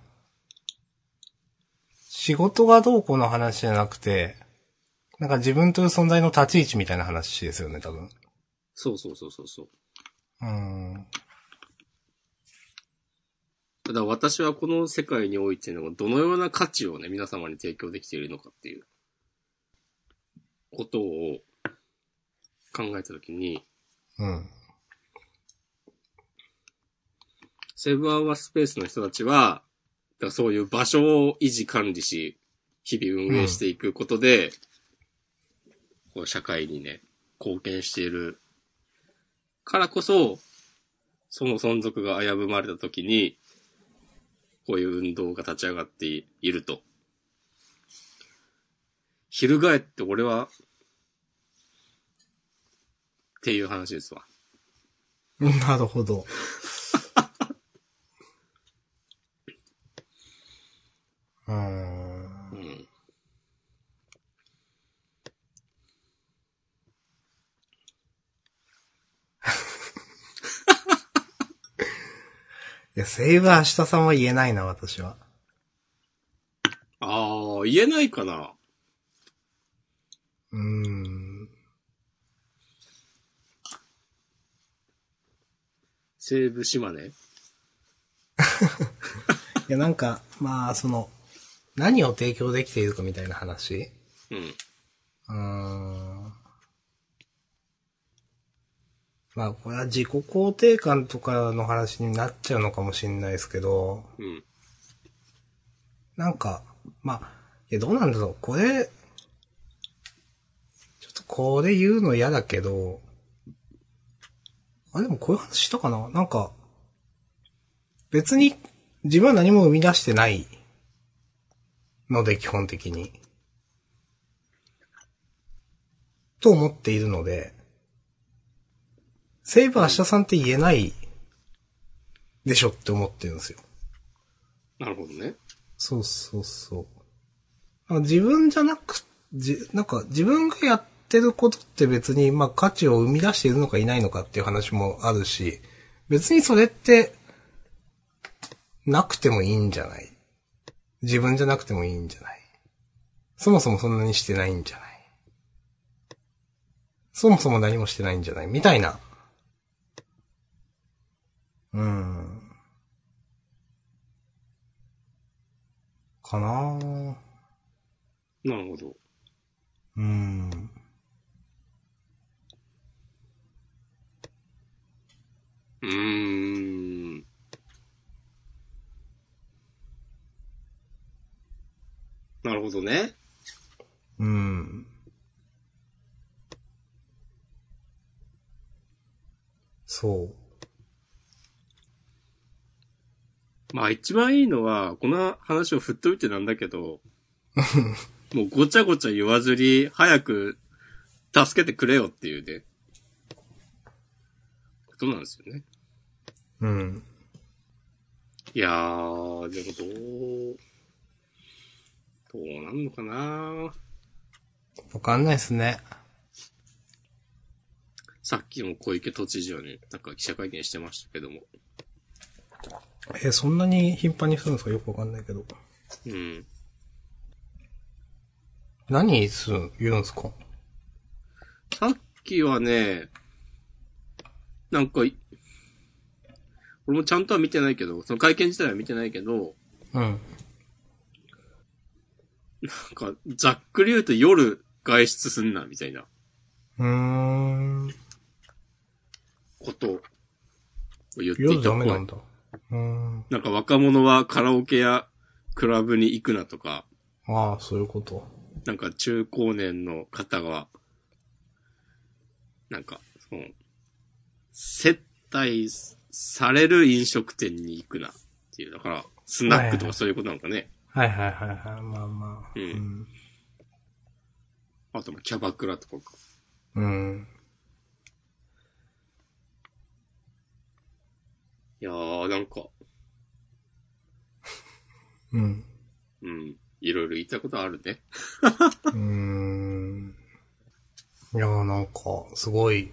Speaker 1: 仕事がどうこうの話じゃなくて、なんか自分という存在の立ち位置みたいな話ですよね、多分。
Speaker 2: そうそうそうそうそう。
Speaker 1: うん。
Speaker 2: ただ私はこの世界においてのどのような価値をね、皆様に提供できているのかっていうことを考えたときに、
Speaker 1: うん。
Speaker 2: セブンアワースペースの人たちは、だからそういう場所を維持管理し、日々運営していくことで、こう社会にね、貢献しているからこそ、その存続が危ぶまれた時に、こういう運動が立ち上がっていると。翻って俺は、っていう話ですわ。
Speaker 1: [laughs] なるほど。うーん。 [laughs]
Speaker 2: うん。
Speaker 1: いや、セイバー下さんは言えないな、私は。
Speaker 2: ああ、言えないかな。
Speaker 1: うーん。
Speaker 2: 西部島根。
Speaker 1: いや、なんか、まあ、その、何を提供できているかみたいな話
Speaker 2: うん。
Speaker 1: うーん。まあ、これは自己肯定感とかの話になっちゃうのかもしれないですけど、
Speaker 2: うん。
Speaker 1: なんか、まあ、いや、どうなんだろう。これ、ちょっとこれ言うの嫌だけど、あ、でもこういう話したかななんか、別に自分は何も生み出してないので、基本的に。と思っているので、セイバー下さんって言えないでしょって思ってるんですよ。
Speaker 2: なるほどね。
Speaker 1: そうそうそう。あ自分じゃなく、じ、なんか自分がやってることって別に、まあ価値を生み出しているのかいないのかっていう話もあるし、別にそれって、なくてもいいんじゃない自分じゃなくてもいいんじゃないそもそもそんなにしてないんじゃないそもそも何もしてないんじゃないみたいな。うん。かなぁ。
Speaker 2: なるほど。
Speaker 1: うん。
Speaker 2: うーん。なるほどね。
Speaker 1: うん。そう。
Speaker 2: まあ一番いいのは、この話を振っといてなんだけど、もうごちゃごちゃ言わずに、早く助けてくれよっていうね、ことなんですよね。
Speaker 1: うん。
Speaker 2: いやー、でもどう、どうなんのかな
Speaker 1: わかんないですね。
Speaker 2: さっきも小池都知事はね、なんか記者会見してましたけども。
Speaker 1: え、そんなに頻繁にするんですかよくわかんないけど。
Speaker 2: うん。
Speaker 1: 何する、言うんですか
Speaker 2: さっきはね、なんかい、俺もちゃんとは見てないけど、その会見自体は見てないけど、
Speaker 1: うん。
Speaker 2: なんか、ざっくり言うと夜外出すんな、みたいな
Speaker 1: うーん。
Speaker 2: ことを言ってい
Speaker 1: 夜
Speaker 2: た
Speaker 1: ダ
Speaker 2: っぽ
Speaker 1: メ
Speaker 2: い
Speaker 1: なんだ。うーん。
Speaker 2: なんか若者はカラオケやクラブに行くなとか、
Speaker 1: ああ、そういうこと。
Speaker 2: なんか中高年の方は、なんか、その、接待される飲食店に行くなっていう。だから、スナックとかそういうことなんかね。
Speaker 1: はいはいはいはい。まあまあ。
Speaker 2: うん
Speaker 1: ん。
Speaker 2: あと、キャバクラとかか。
Speaker 1: うん。
Speaker 2: いやー、なんか、
Speaker 1: うん。
Speaker 2: うん。いろいろ言いたいことあるね。
Speaker 1: うーん。いやーなんか、すごい、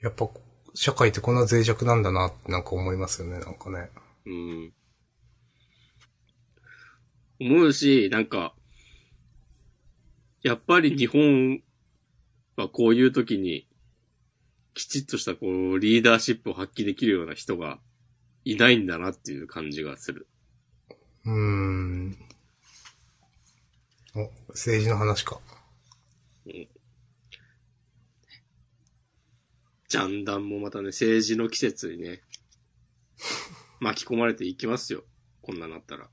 Speaker 1: やっぱ、社会ってこんな脆弱なんだなってなんか思いますよね、なんかね。
Speaker 2: うん。思うし、なんか、やっぱり日本はこういう時に、きちっとしたこう、リーダーシップを発揮できるような人がいないんだなっていう感じがする。
Speaker 1: うーん。お、政治の話か。
Speaker 2: ジャンダンもまたね、政治の季節にね、巻き込まれていきますよ。こんななったら。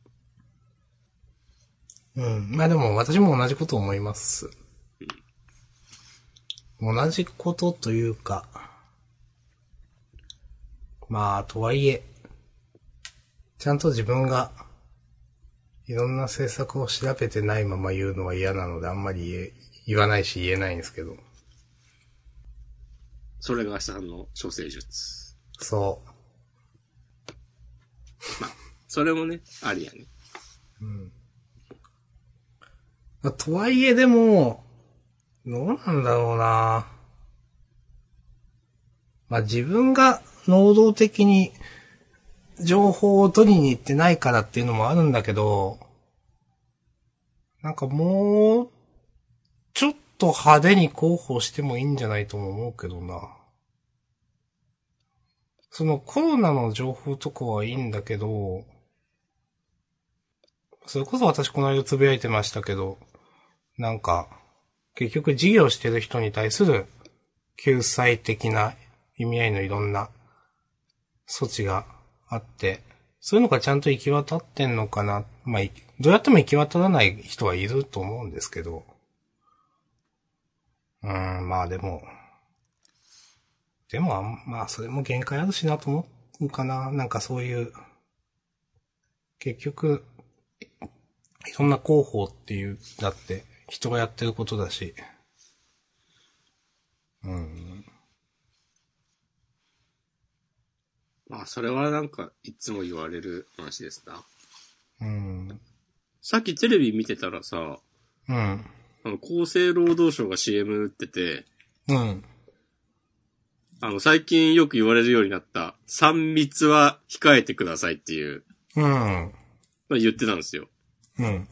Speaker 1: うん。まあでも私も同じこと思います。同じことというか、まあ、とはいえ、ちゃんと自分が、いろんな政策を調べてないまま言うのは嫌なので、あんまり言え言わないし言えないんですけど。
Speaker 2: それが明日の処世術。
Speaker 1: そ
Speaker 2: それもね、ありやね。
Speaker 1: う。とはいえ、でも、どうなんだろうなまあ自分が能動的に情報を取りに行ってないからっていうのもあるんだけど、なんかもう、ちょっと派手に広報してもいいんじゃないとも思うけどな。そのコロナの情報とかはいいんだけど、それこそ私この間つぶやいてましたけど、なんか、結局事業してる人に対する救済的な意味合いのいろんな措置があって、そういうのがちゃんと行き渡ってんのかな。まあ、いどうやっても行き渡らない人はいると思うんですけど。うーん、まあでも、でもあん、まあそれも限界あるしなと思うかな。なんかそういう、結局、いろんな広報っていう、だって、人がやってることだし。うん。
Speaker 2: まあ、それはなんか、いつも言われる話ですな。
Speaker 1: うん。
Speaker 2: さっきテレビ見てたらさ、
Speaker 1: うん。
Speaker 2: あの、厚生労働省が CM 打ってて、
Speaker 1: うん。
Speaker 2: あの、最近よく言われるようになった、3密は控えてくださいっていう、
Speaker 1: うん。
Speaker 2: まあ、言ってたんですよ。
Speaker 1: うん。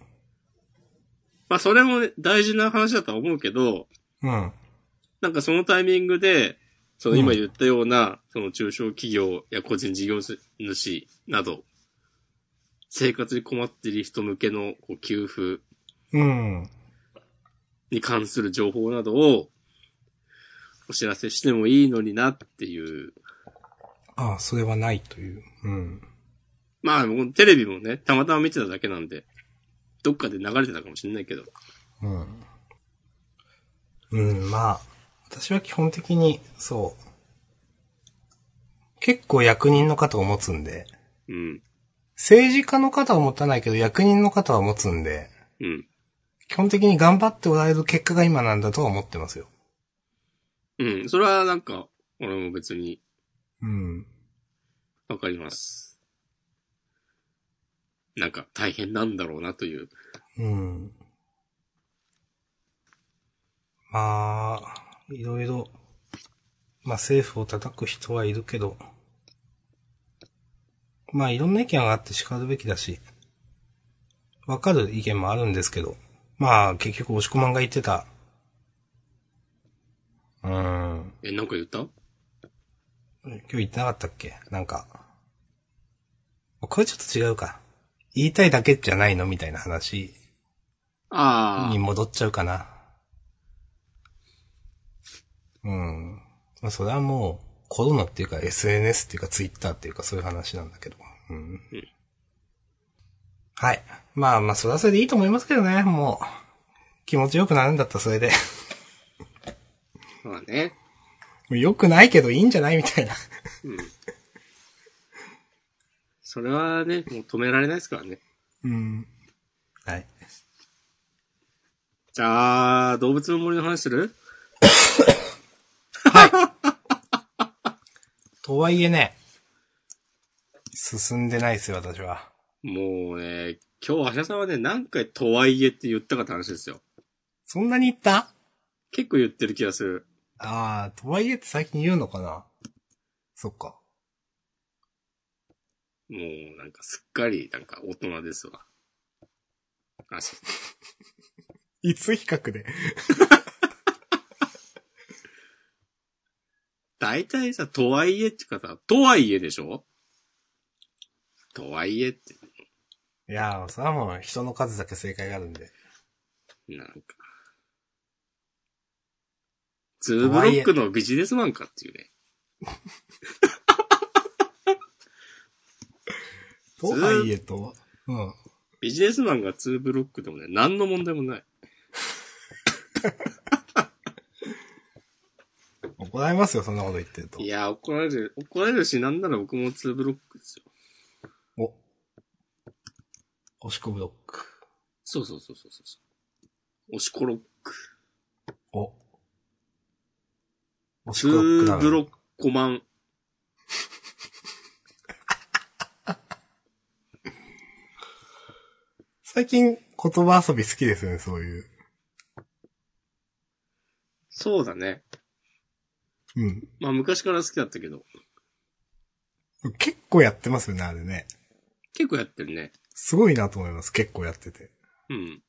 Speaker 2: まあ、それもね、大事な話だとは思うけど、
Speaker 1: うん。
Speaker 2: なんかそのタイミングで、その
Speaker 1: うん
Speaker 2: 今言ったような、その中小企業や個人事業主など、生活に困っている人向けのこう給付
Speaker 1: うん。
Speaker 2: に関する情報などをお知らせしてもいいのになっていう。
Speaker 1: ああ、それはないという。うん。
Speaker 2: まあ、もうテレビもね、たまたま見てただけなんで、どっかで流れてたかもしれないけど。
Speaker 1: うん。うん、まあ、私は基本的に、そう。結構役人の方を持つんで、
Speaker 2: うん。
Speaker 1: 政治家の方は持たないけど役人の方は持つんで、
Speaker 2: うん。
Speaker 1: 基本的に頑張っておられる結果が今なんだとは思ってますよ。
Speaker 2: うん。それはなんか、俺も別に
Speaker 1: うん。
Speaker 2: わかります。なんか大変なんだろうなという。
Speaker 1: うん。まあ、いろいろ、まあ政府を叩く人はいるけど、まあいろんな意見があって叱るべきだし、わかる意見もあるんですけど、まあ結局押し込まんが言ってた、うーん、
Speaker 2: え、なんか言った
Speaker 1: 今日言ってなかったっけなんか。これちょっと違うか。言いたいだけじゃないのみたいな話
Speaker 2: あ
Speaker 1: に
Speaker 2: あ。
Speaker 1: 戻っちゃうかな。うん。まあそれはもうコロナっていうか SNS っていうか Twitter っていうかそういう話なんだけど。うん。はい。まあまあそれはそれでいいと思いますけどね、もう。 [laughs] 気持ちよくなるんだったらそれで。
Speaker 2: まあね。
Speaker 1: もう良くないけどいいんじゃないみたいな。
Speaker 2: うん。それはね、もう止められないですからね。
Speaker 1: うん。はい。
Speaker 2: じゃあ、動物の森の話する
Speaker 1: とはいえね、進んでないですよ、私は。
Speaker 2: もうね、今日、アシャさんはね、何回とはいえって言ったかって話ですよ。
Speaker 1: そんなに言った
Speaker 2: 結構言ってる気がする。
Speaker 1: あー、とはいえって最近言うのかなそっか。
Speaker 2: もう、なんかすっかり、なんか大人ですわ。あ、そ
Speaker 1: いつ比較で。
Speaker 2: 大体さ、とはいえっていうかさ、とはいえでしょとはいえって、
Speaker 1: いやー、それはもう人の数だけ正解があるんで。
Speaker 2: なんか。ツーブロックのビジネスマンかっていうね。
Speaker 1: とはいえと、うん。
Speaker 2: ビジネスマンがツーブロックでもね、何の問題もない。
Speaker 1: 怒られますよ、そんなこと言ってると
Speaker 2: い。や、怒られる、怒られるし、なんなら僕もツーブロックですよ。
Speaker 1: お。押し込むロック。
Speaker 2: そうそうそうそうそうそう。押しコロック。
Speaker 1: お。押し
Speaker 2: ツ
Speaker 1: 込むロック
Speaker 2: ー
Speaker 1: な
Speaker 2: ブ
Speaker 1: の
Speaker 2: ロ
Speaker 1: に
Speaker 2: ッコマン。
Speaker 1: 最近言葉遊び好きですよね、そういう。
Speaker 2: そうだね。
Speaker 1: うん。
Speaker 2: まあ昔から好きだったけど、
Speaker 1: 結構やってますよね、あれね。
Speaker 2: 結構やってるね。
Speaker 1: すごいなと思います、結構やってて。
Speaker 2: うん。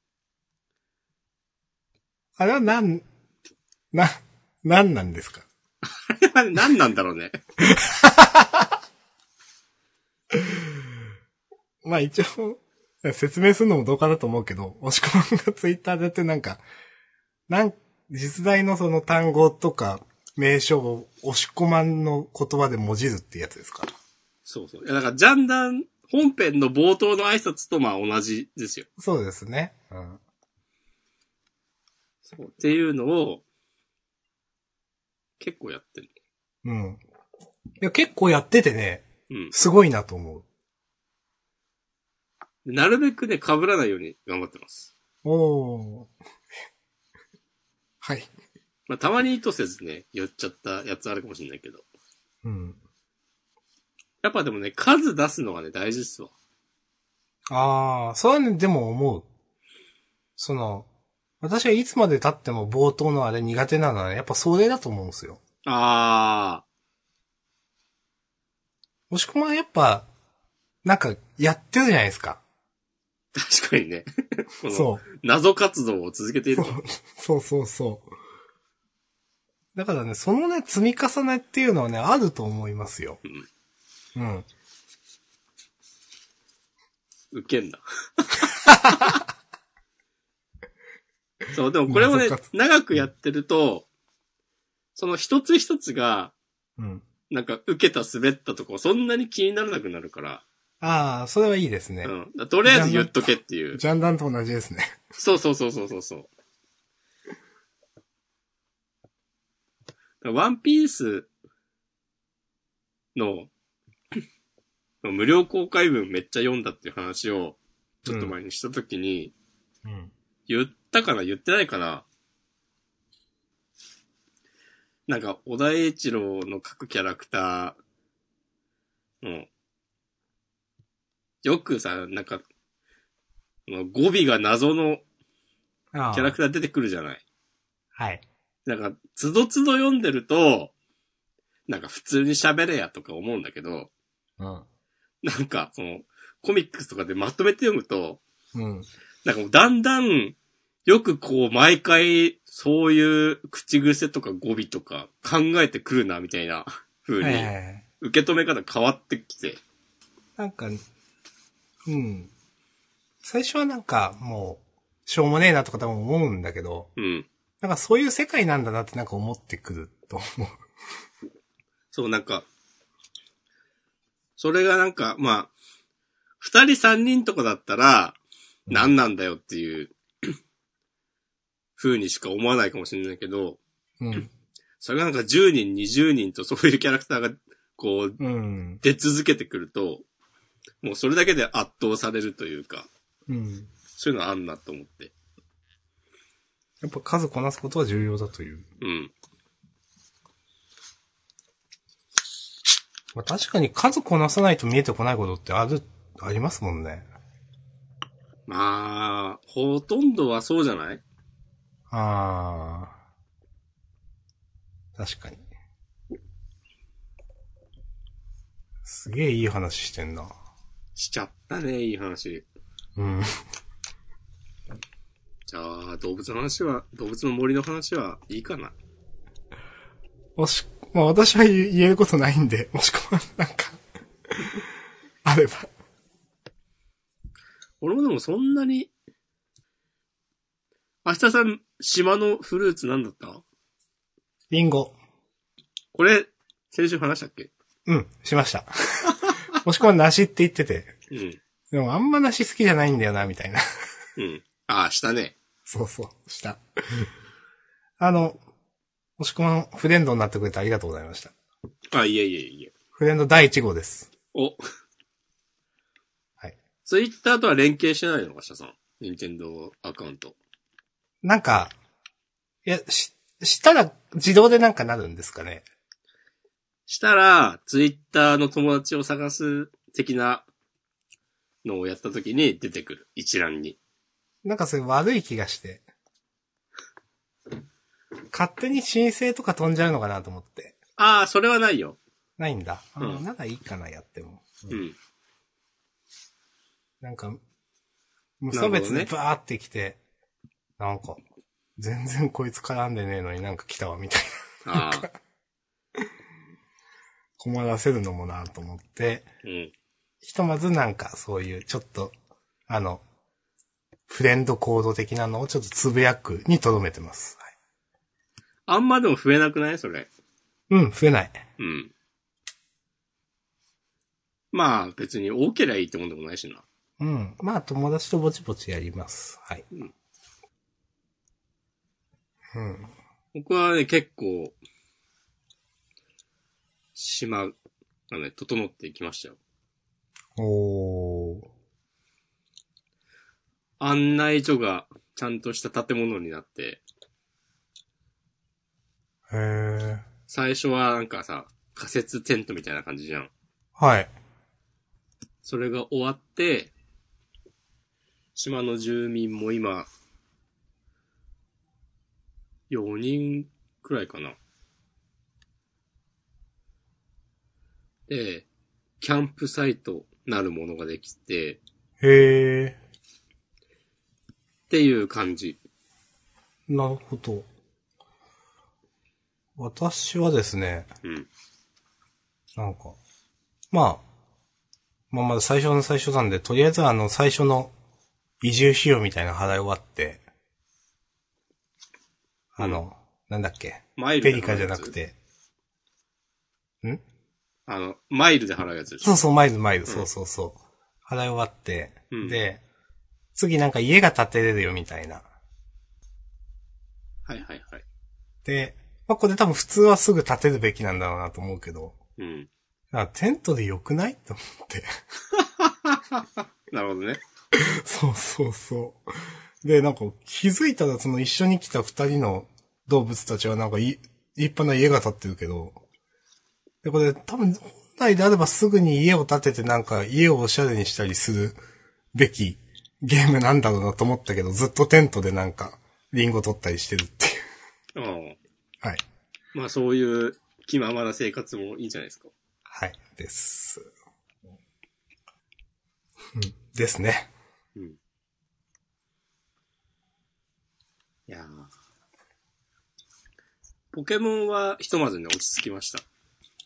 Speaker 1: あれはなん、な、なんなんですか
Speaker 2: あれは [laughs] 何なんだろうね。
Speaker 1: まあ一応、説明するのもどうかだと思うけど、押し込まんがツイッターでやってなんか、なん、実在のその単語とか名称を押し込まんの言葉で文字るってやつですか
Speaker 2: そうそう。いや、だから、ジャンダン本編の冒頭の挨拶とまあ同じですよ。
Speaker 1: そうですね。うん。
Speaker 2: っていうのを、結構やってる。
Speaker 1: うん。いや、結構やっててね、
Speaker 2: うん。
Speaker 1: すごいなと思う。
Speaker 2: なるべくね、被らないように頑張ってます。
Speaker 1: おー。 [laughs] はい。
Speaker 2: まあ、たまに意図せずね、言っちゃったやつあるかもしれないけど。
Speaker 1: うん。
Speaker 2: やっぱでもね、数出すのがね、大事っすわ。
Speaker 1: ああ、それはね、でも思う。その、私はいつまで経っても冒頭のあれ苦手なのはね、やっぱそれだと思うんですよ。
Speaker 2: あ
Speaker 1: もしくはやっぱ、なんか、やってるじゃないですか。
Speaker 2: ー、確かに [laughs] ね。この、
Speaker 1: そう。
Speaker 2: 謎活動を続けている
Speaker 1: そう。そうそうそう。だからね、そのね、積み重ねっていうのはね、あると思いますよ。うん。
Speaker 2: 受けんな。そう、でもこれをね
Speaker 1: 謎、活
Speaker 2: 長くやってると、その一つ一つが、
Speaker 1: うん。
Speaker 2: なんか受けた滑ったとこそんなに気にならなくなるから、
Speaker 1: ああ、それはいいですね
Speaker 2: う。ん。だからとりあえず言っとけっていう。
Speaker 1: ジャンダンと同じですね。
Speaker 2: そうそうそうそうそうそう。だからワンピースの [laughs] の無料公開文めっちゃ読んだっていう話をちょっと前にしたときに、
Speaker 1: うん。
Speaker 2: 言ったかな言ってないかななんか、小田栄一郎の各キャラクターの、よくさ、なんか、この語尾が謎の
Speaker 1: ああ。
Speaker 2: キャラクター出てくるじゃない
Speaker 1: はい。
Speaker 2: なんか、つどつど読んでると、なんか普通に喋れやとか思うんだけど、
Speaker 1: うん。
Speaker 2: なんか、その、コミックスとかでまとめて読むと、
Speaker 1: うん。
Speaker 2: なんかもうだんだん、よくこう、毎回、そういう口癖とか語尾とか考えてくるな、みたいな [laughs] 風
Speaker 1: はい
Speaker 2: に
Speaker 1: は、いはい。
Speaker 2: 受け止め方変わってきて、
Speaker 1: なんか、うん。最初はなんか、もう、しょうもねえなとか多分思うんだけど、
Speaker 2: うん。
Speaker 1: なんかそういう世界なんだなってなんか思ってくると思
Speaker 2: そう、なんか、それがなんか、まあ、二人三人とかだったら、
Speaker 1: うん
Speaker 2: 何なんだよっていう、風にしか思わないかもしれないけど、
Speaker 1: う。うん。
Speaker 2: それがなんか10人、20人とそういうキャラクターが、こう、
Speaker 1: うん。
Speaker 2: 出続けてくると、もうそれだけで圧倒されるというか、
Speaker 1: うん。
Speaker 2: そういうのあんなと思って。
Speaker 1: やっぱ数こなすことは重要だという。
Speaker 2: うん。
Speaker 1: まあ確かに数こなさないと見えてこないことってある、ありますもんね。
Speaker 2: まあ、ほとんどはそうじゃない
Speaker 1: ああ。確かに。すげえいい話してんな。
Speaker 2: しちゃったね、いい話。
Speaker 1: うん。
Speaker 2: じゃあ、動物の話は、動物の森の話はいいかな。
Speaker 1: もし、まあ私は言言えることないんで、も [laughs] しくはなんか、あれば。
Speaker 2: 俺もでもそんなに、明日さん、島のフルーツなんだった
Speaker 1: リンゴ。
Speaker 2: これ、先週話したっけ
Speaker 1: うん、しま [laughs] した。もしくは梨って言ってて。
Speaker 2: うん。
Speaker 1: でもあんま梨好きじゃないんだよな、みたいな。
Speaker 2: うん。ああ、したね。
Speaker 1: そうそう、した。あの、もしくはフレンドになってくれてありがとうございました。
Speaker 2: あ、いえいえいえ。
Speaker 1: フレンド第1号です。
Speaker 2: お。
Speaker 1: はい。
Speaker 2: ツイッターとは連携してないのか、明日さん。任天堂アカウント。
Speaker 1: なんか、いや、し、したら自動でなんかなるんですかね。
Speaker 2: したら、ツイッターの友達を探す的なのをやった時に出てくる。一覧に。
Speaker 1: なんかそれ悪い気がして。勝手に申請とか飛んじゃうのかなと思って。
Speaker 2: ああ、それはないよ。
Speaker 1: ないんだ。あ
Speaker 2: うん
Speaker 1: なんかいいかな、やっても。
Speaker 2: うん。
Speaker 1: なんか、無差別でバーってきて、なんか、全然こいつ絡んでねえのになんか来たわ、みたいな。
Speaker 2: ああ。
Speaker 1: 困らせるのもなと思って、
Speaker 2: うん。
Speaker 1: ひとまずなんかそういうちょっと、あの、フレンドコード的なのをちょっとつぶやくに留めてます。
Speaker 2: あんまでも増えなくないそれ。
Speaker 1: はい、うん、増えない。
Speaker 2: うん。まあ、別に多ければいいってもんでもないしな。
Speaker 1: うん。まあ友達とぼちぼちやります。はい。
Speaker 2: うん
Speaker 1: うん。
Speaker 2: 僕はね、結構、島がね、整っていきましたよ。
Speaker 1: おー。
Speaker 2: 案内所がちゃんとした建物になって、
Speaker 1: へー。
Speaker 2: 最初はなんかさ、仮設テントみたいな感じじゃん。
Speaker 1: はい。
Speaker 2: それが終わって、島の住民も今、4人くらいかな。で、キャンプサイトなるものができて、
Speaker 1: へー。
Speaker 2: っていう感じ。
Speaker 1: なるほど。私はですね、
Speaker 2: うん。
Speaker 1: なんか、まあ、まあまだ最初の最初なんで、とりあえずあの最初の移住費用みたいな払い終わって、あの、なんだっけ、
Speaker 2: マイル
Speaker 1: ペリ
Speaker 2: で払うやつ
Speaker 1: カじゃなく。て、ん
Speaker 2: あの、マイルで払うやつでし
Speaker 1: そ
Speaker 2: ょ
Speaker 1: うそう、マイルマイル、そうそうそう。払い終わって、
Speaker 2: うん
Speaker 1: で、次なんか家が建てれるよみたいな。
Speaker 2: はいはいはい。
Speaker 1: で、まあこれ多分普通はすぐ建てるべきなんだろうなと思うけど、
Speaker 2: うん。
Speaker 1: あ、テントで良くないと思って。
Speaker 2: なるほどね。
Speaker 1: そうそうそう。で、なんか気づいたらその一緒に来た二人の動物たちはなんかい立派な家が建ってるけど、で、これ多分本来であればすぐに家を建ててなんか家をおしゃれにしたりするべきゲームなんだろうなと思ったけど、ずっとテントでなんかリンゴ取ったりしてるっていう。 [laughs]
Speaker 2: うん。
Speaker 1: はい。
Speaker 2: まあそういう気ままな生活もいいんじゃないですか。
Speaker 1: はい。です。うんですね。
Speaker 2: うん。いやーポケモンはひとまずね、落ち着きました。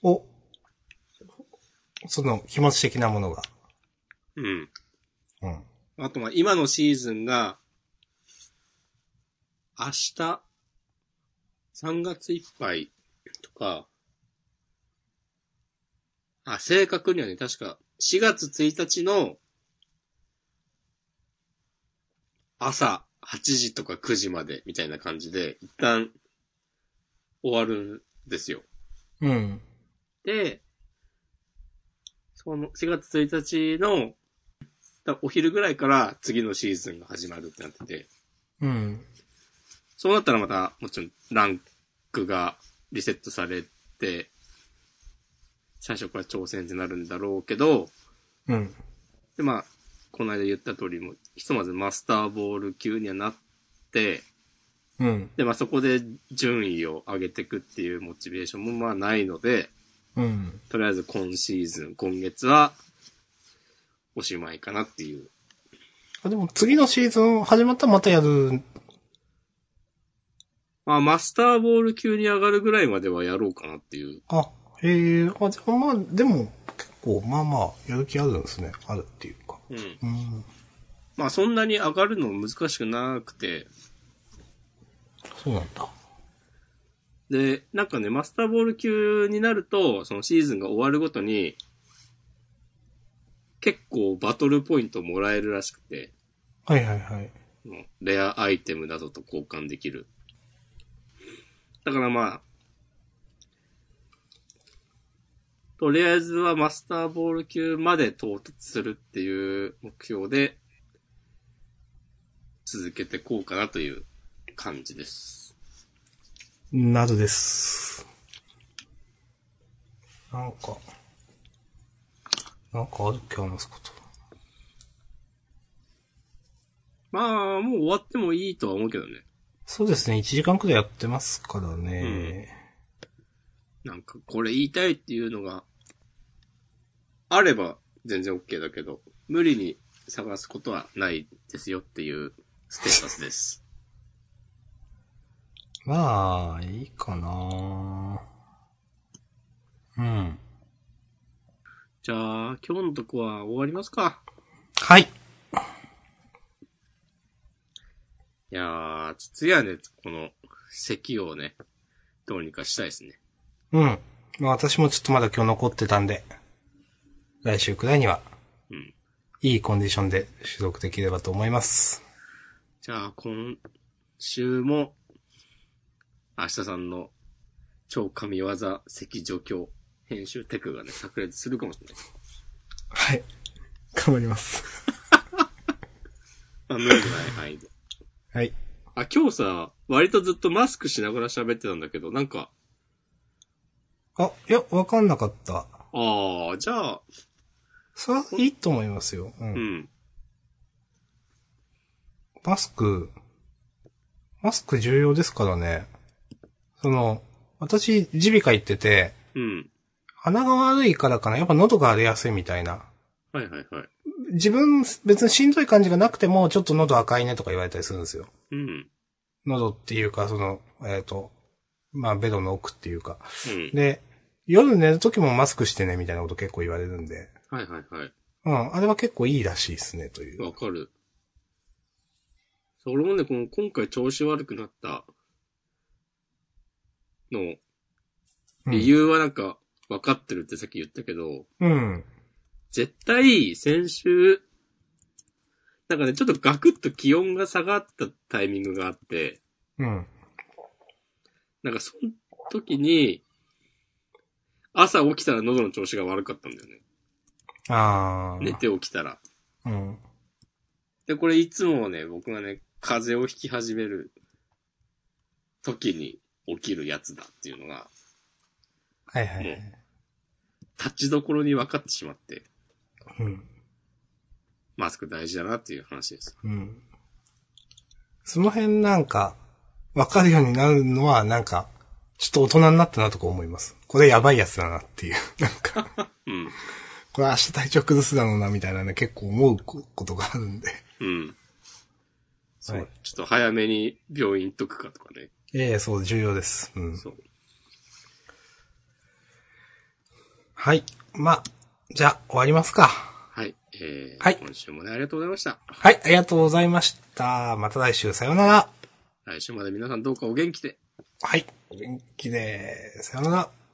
Speaker 1: お、その気持ち的なものが。
Speaker 2: うん。
Speaker 1: うん。
Speaker 2: あとまあ今のシーズンが、明日、3月いっぱいとか、あ、正確にはね、確か4月1日の朝8時とか9時までみたいな感じで、一旦終わるですよ。
Speaker 1: うん。
Speaker 2: で、その4月1日の、だお昼ぐらいから次のシーズンが始まるってなってて、
Speaker 1: うん。
Speaker 2: そうなったらまた、もちろんランクがリセットされて、最初から挑戦ってなるんだろうけど、
Speaker 1: うん。
Speaker 2: で、まあ、この間言った通りも、ひとまずマスターボール級にはなって、
Speaker 1: うん。
Speaker 2: で、まあそこで順位を上げていくっていうモチベーションもまあないので、
Speaker 1: うん。
Speaker 2: とりあえず今シーズン、今月は、おしまいかなっていう。
Speaker 1: あ、でも次のシーズン始まったらまたやる。
Speaker 2: まあ、マスターボール級に上がるぐらいまではやろうかなっていう。
Speaker 1: あ、へえ、あ、でもまあ、でも、結構、まあまあ、やる気あるんですね。あるっていうか。
Speaker 2: うん。
Speaker 1: うん。
Speaker 2: まあ、そんなに上がるの難しくなくて。
Speaker 1: そうなんだ。
Speaker 2: で、なんかね、マスターボール級になると、そのシーズンが終わるごとに、結構バトルポイントもらえるらしくて、
Speaker 1: はいはいはい。
Speaker 2: うんレアアイテムなどと交換できる。だからまあ、とりあえずはマスターボール級まで到達するっていう目標で、続けてこうかなという感じです。
Speaker 1: なるです。なんか、なんかあるっけ話すこと。
Speaker 2: まあ、もう終わってもいいとは思うけどね。
Speaker 1: そうですね、1時間くらいやってますからね。
Speaker 2: なんか、これ言いたいっていうのが、あれば全然 OK だけど、無理に探すことはないですよっていうステータスです。
Speaker 1: まあ、いいかなうん。
Speaker 2: [laughs] じゃあ、今日のとこは終わりますか。
Speaker 1: はい。
Speaker 2: いやー、次はね、この、咳をね、どうにかしたいですね。
Speaker 1: うん。まあ私もちょっとまだ今日残ってたんで、来週くらいには、
Speaker 2: うん。
Speaker 1: いいコンディションで取得できればと思います。
Speaker 2: じゃあ、今週も、明日さんの超神業咳除去編集テクがね、炸裂するかもしれない。
Speaker 1: はい。頑張ります。
Speaker 2: まあ、無理のない範囲で。
Speaker 1: はい。
Speaker 2: あ、今日さ、割とずっとマスクしながら喋ってたんだけど、なんか、
Speaker 1: あ、いや、わかんなかった。
Speaker 2: ああ、じゃあ、
Speaker 1: それはいいと思いますよ。うん
Speaker 2: うん。
Speaker 1: マスク、マスク重要ですからね。その、私、耳鼻科行ってて、
Speaker 2: うん。
Speaker 1: 鼻が悪いからかな、やっぱ喉が荒れやすいみたいな。
Speaker 2: はいはいはい。
Speaker 1: 自分、別にしんどい感じがなくても、ちょっと喉赤いねとか言われたりするんですよ。
Speaker 2: うん。
Speaker 1: 喉っていうか、その、えっ、と、まあ、ベロの奥っていうか。
Speaker 2: うん。
Speaker 1: で、夜寝る時もマスクしてね、みたいなこと結構言われるんで。
Speaker 2: はいはいはい。
Speaker 1: うん、あれは結構いいらしいですね、という。
Speaker 2: わかる。そう俺もね、この今回調子悪くなったの、
Speaker 1: うん
Speaker 2: 理由はなんか分かってるってさっき言ったけど、
Speaker 1: うん。
Speaker 2: 絶対先週、なんかね、ちょっとガクッと気温が下がったタイミングがあって、
Speaker 1: うん。
Speaker 2: なんかその時に、朝起きたら喉の調子が悪かったんだよね。
Speaker 1: あー。
Speaker 2: 寝て起きたら。
Speaker 1: うん。
Speaker 2: で、これいつもはね、僕がね、風邪をひき始める時に起きるやつだっていうのが、
Speaker 1: はいはいは
Speaker 2: も
Speaker 1: い。
Speaker 2: 立ちどころに分かってしまって、
Speaker 1: うん。
Speaker 2: マスク大事だなっていう話です。
Speaker 1: うん。その辺なんか、わかるようになるのは、なんか、ちょっと大人になったなとか思います。これやばいやつだなっていう。 [laughs] なんか、
Speaker 2: うん。
Speaker 1: これ明日体調崩すだろうなみたいなね、結構思うことがあるんで。
Speaker 2: うん。そう、
Speaker 1: はい
Speaker 2: ちょっと早めに病院行っとくかとかね。
Speaker 1: ええそう、重要です。うん。
Speaker 2: そう。
Speaker 1: はい。まあ、じゃあ、終わりますか。
Speaker 2: はい。えー、
Speaker 1: はい
Speaker 2: 今週もね、ありがとうございました。
Speaker 1: はい、ありがとうございました。また来週、さようなら。
Speaker 2: 来週まで皆さんどうかお元気で。
Speaker 1: はい、お元気で、さようなら。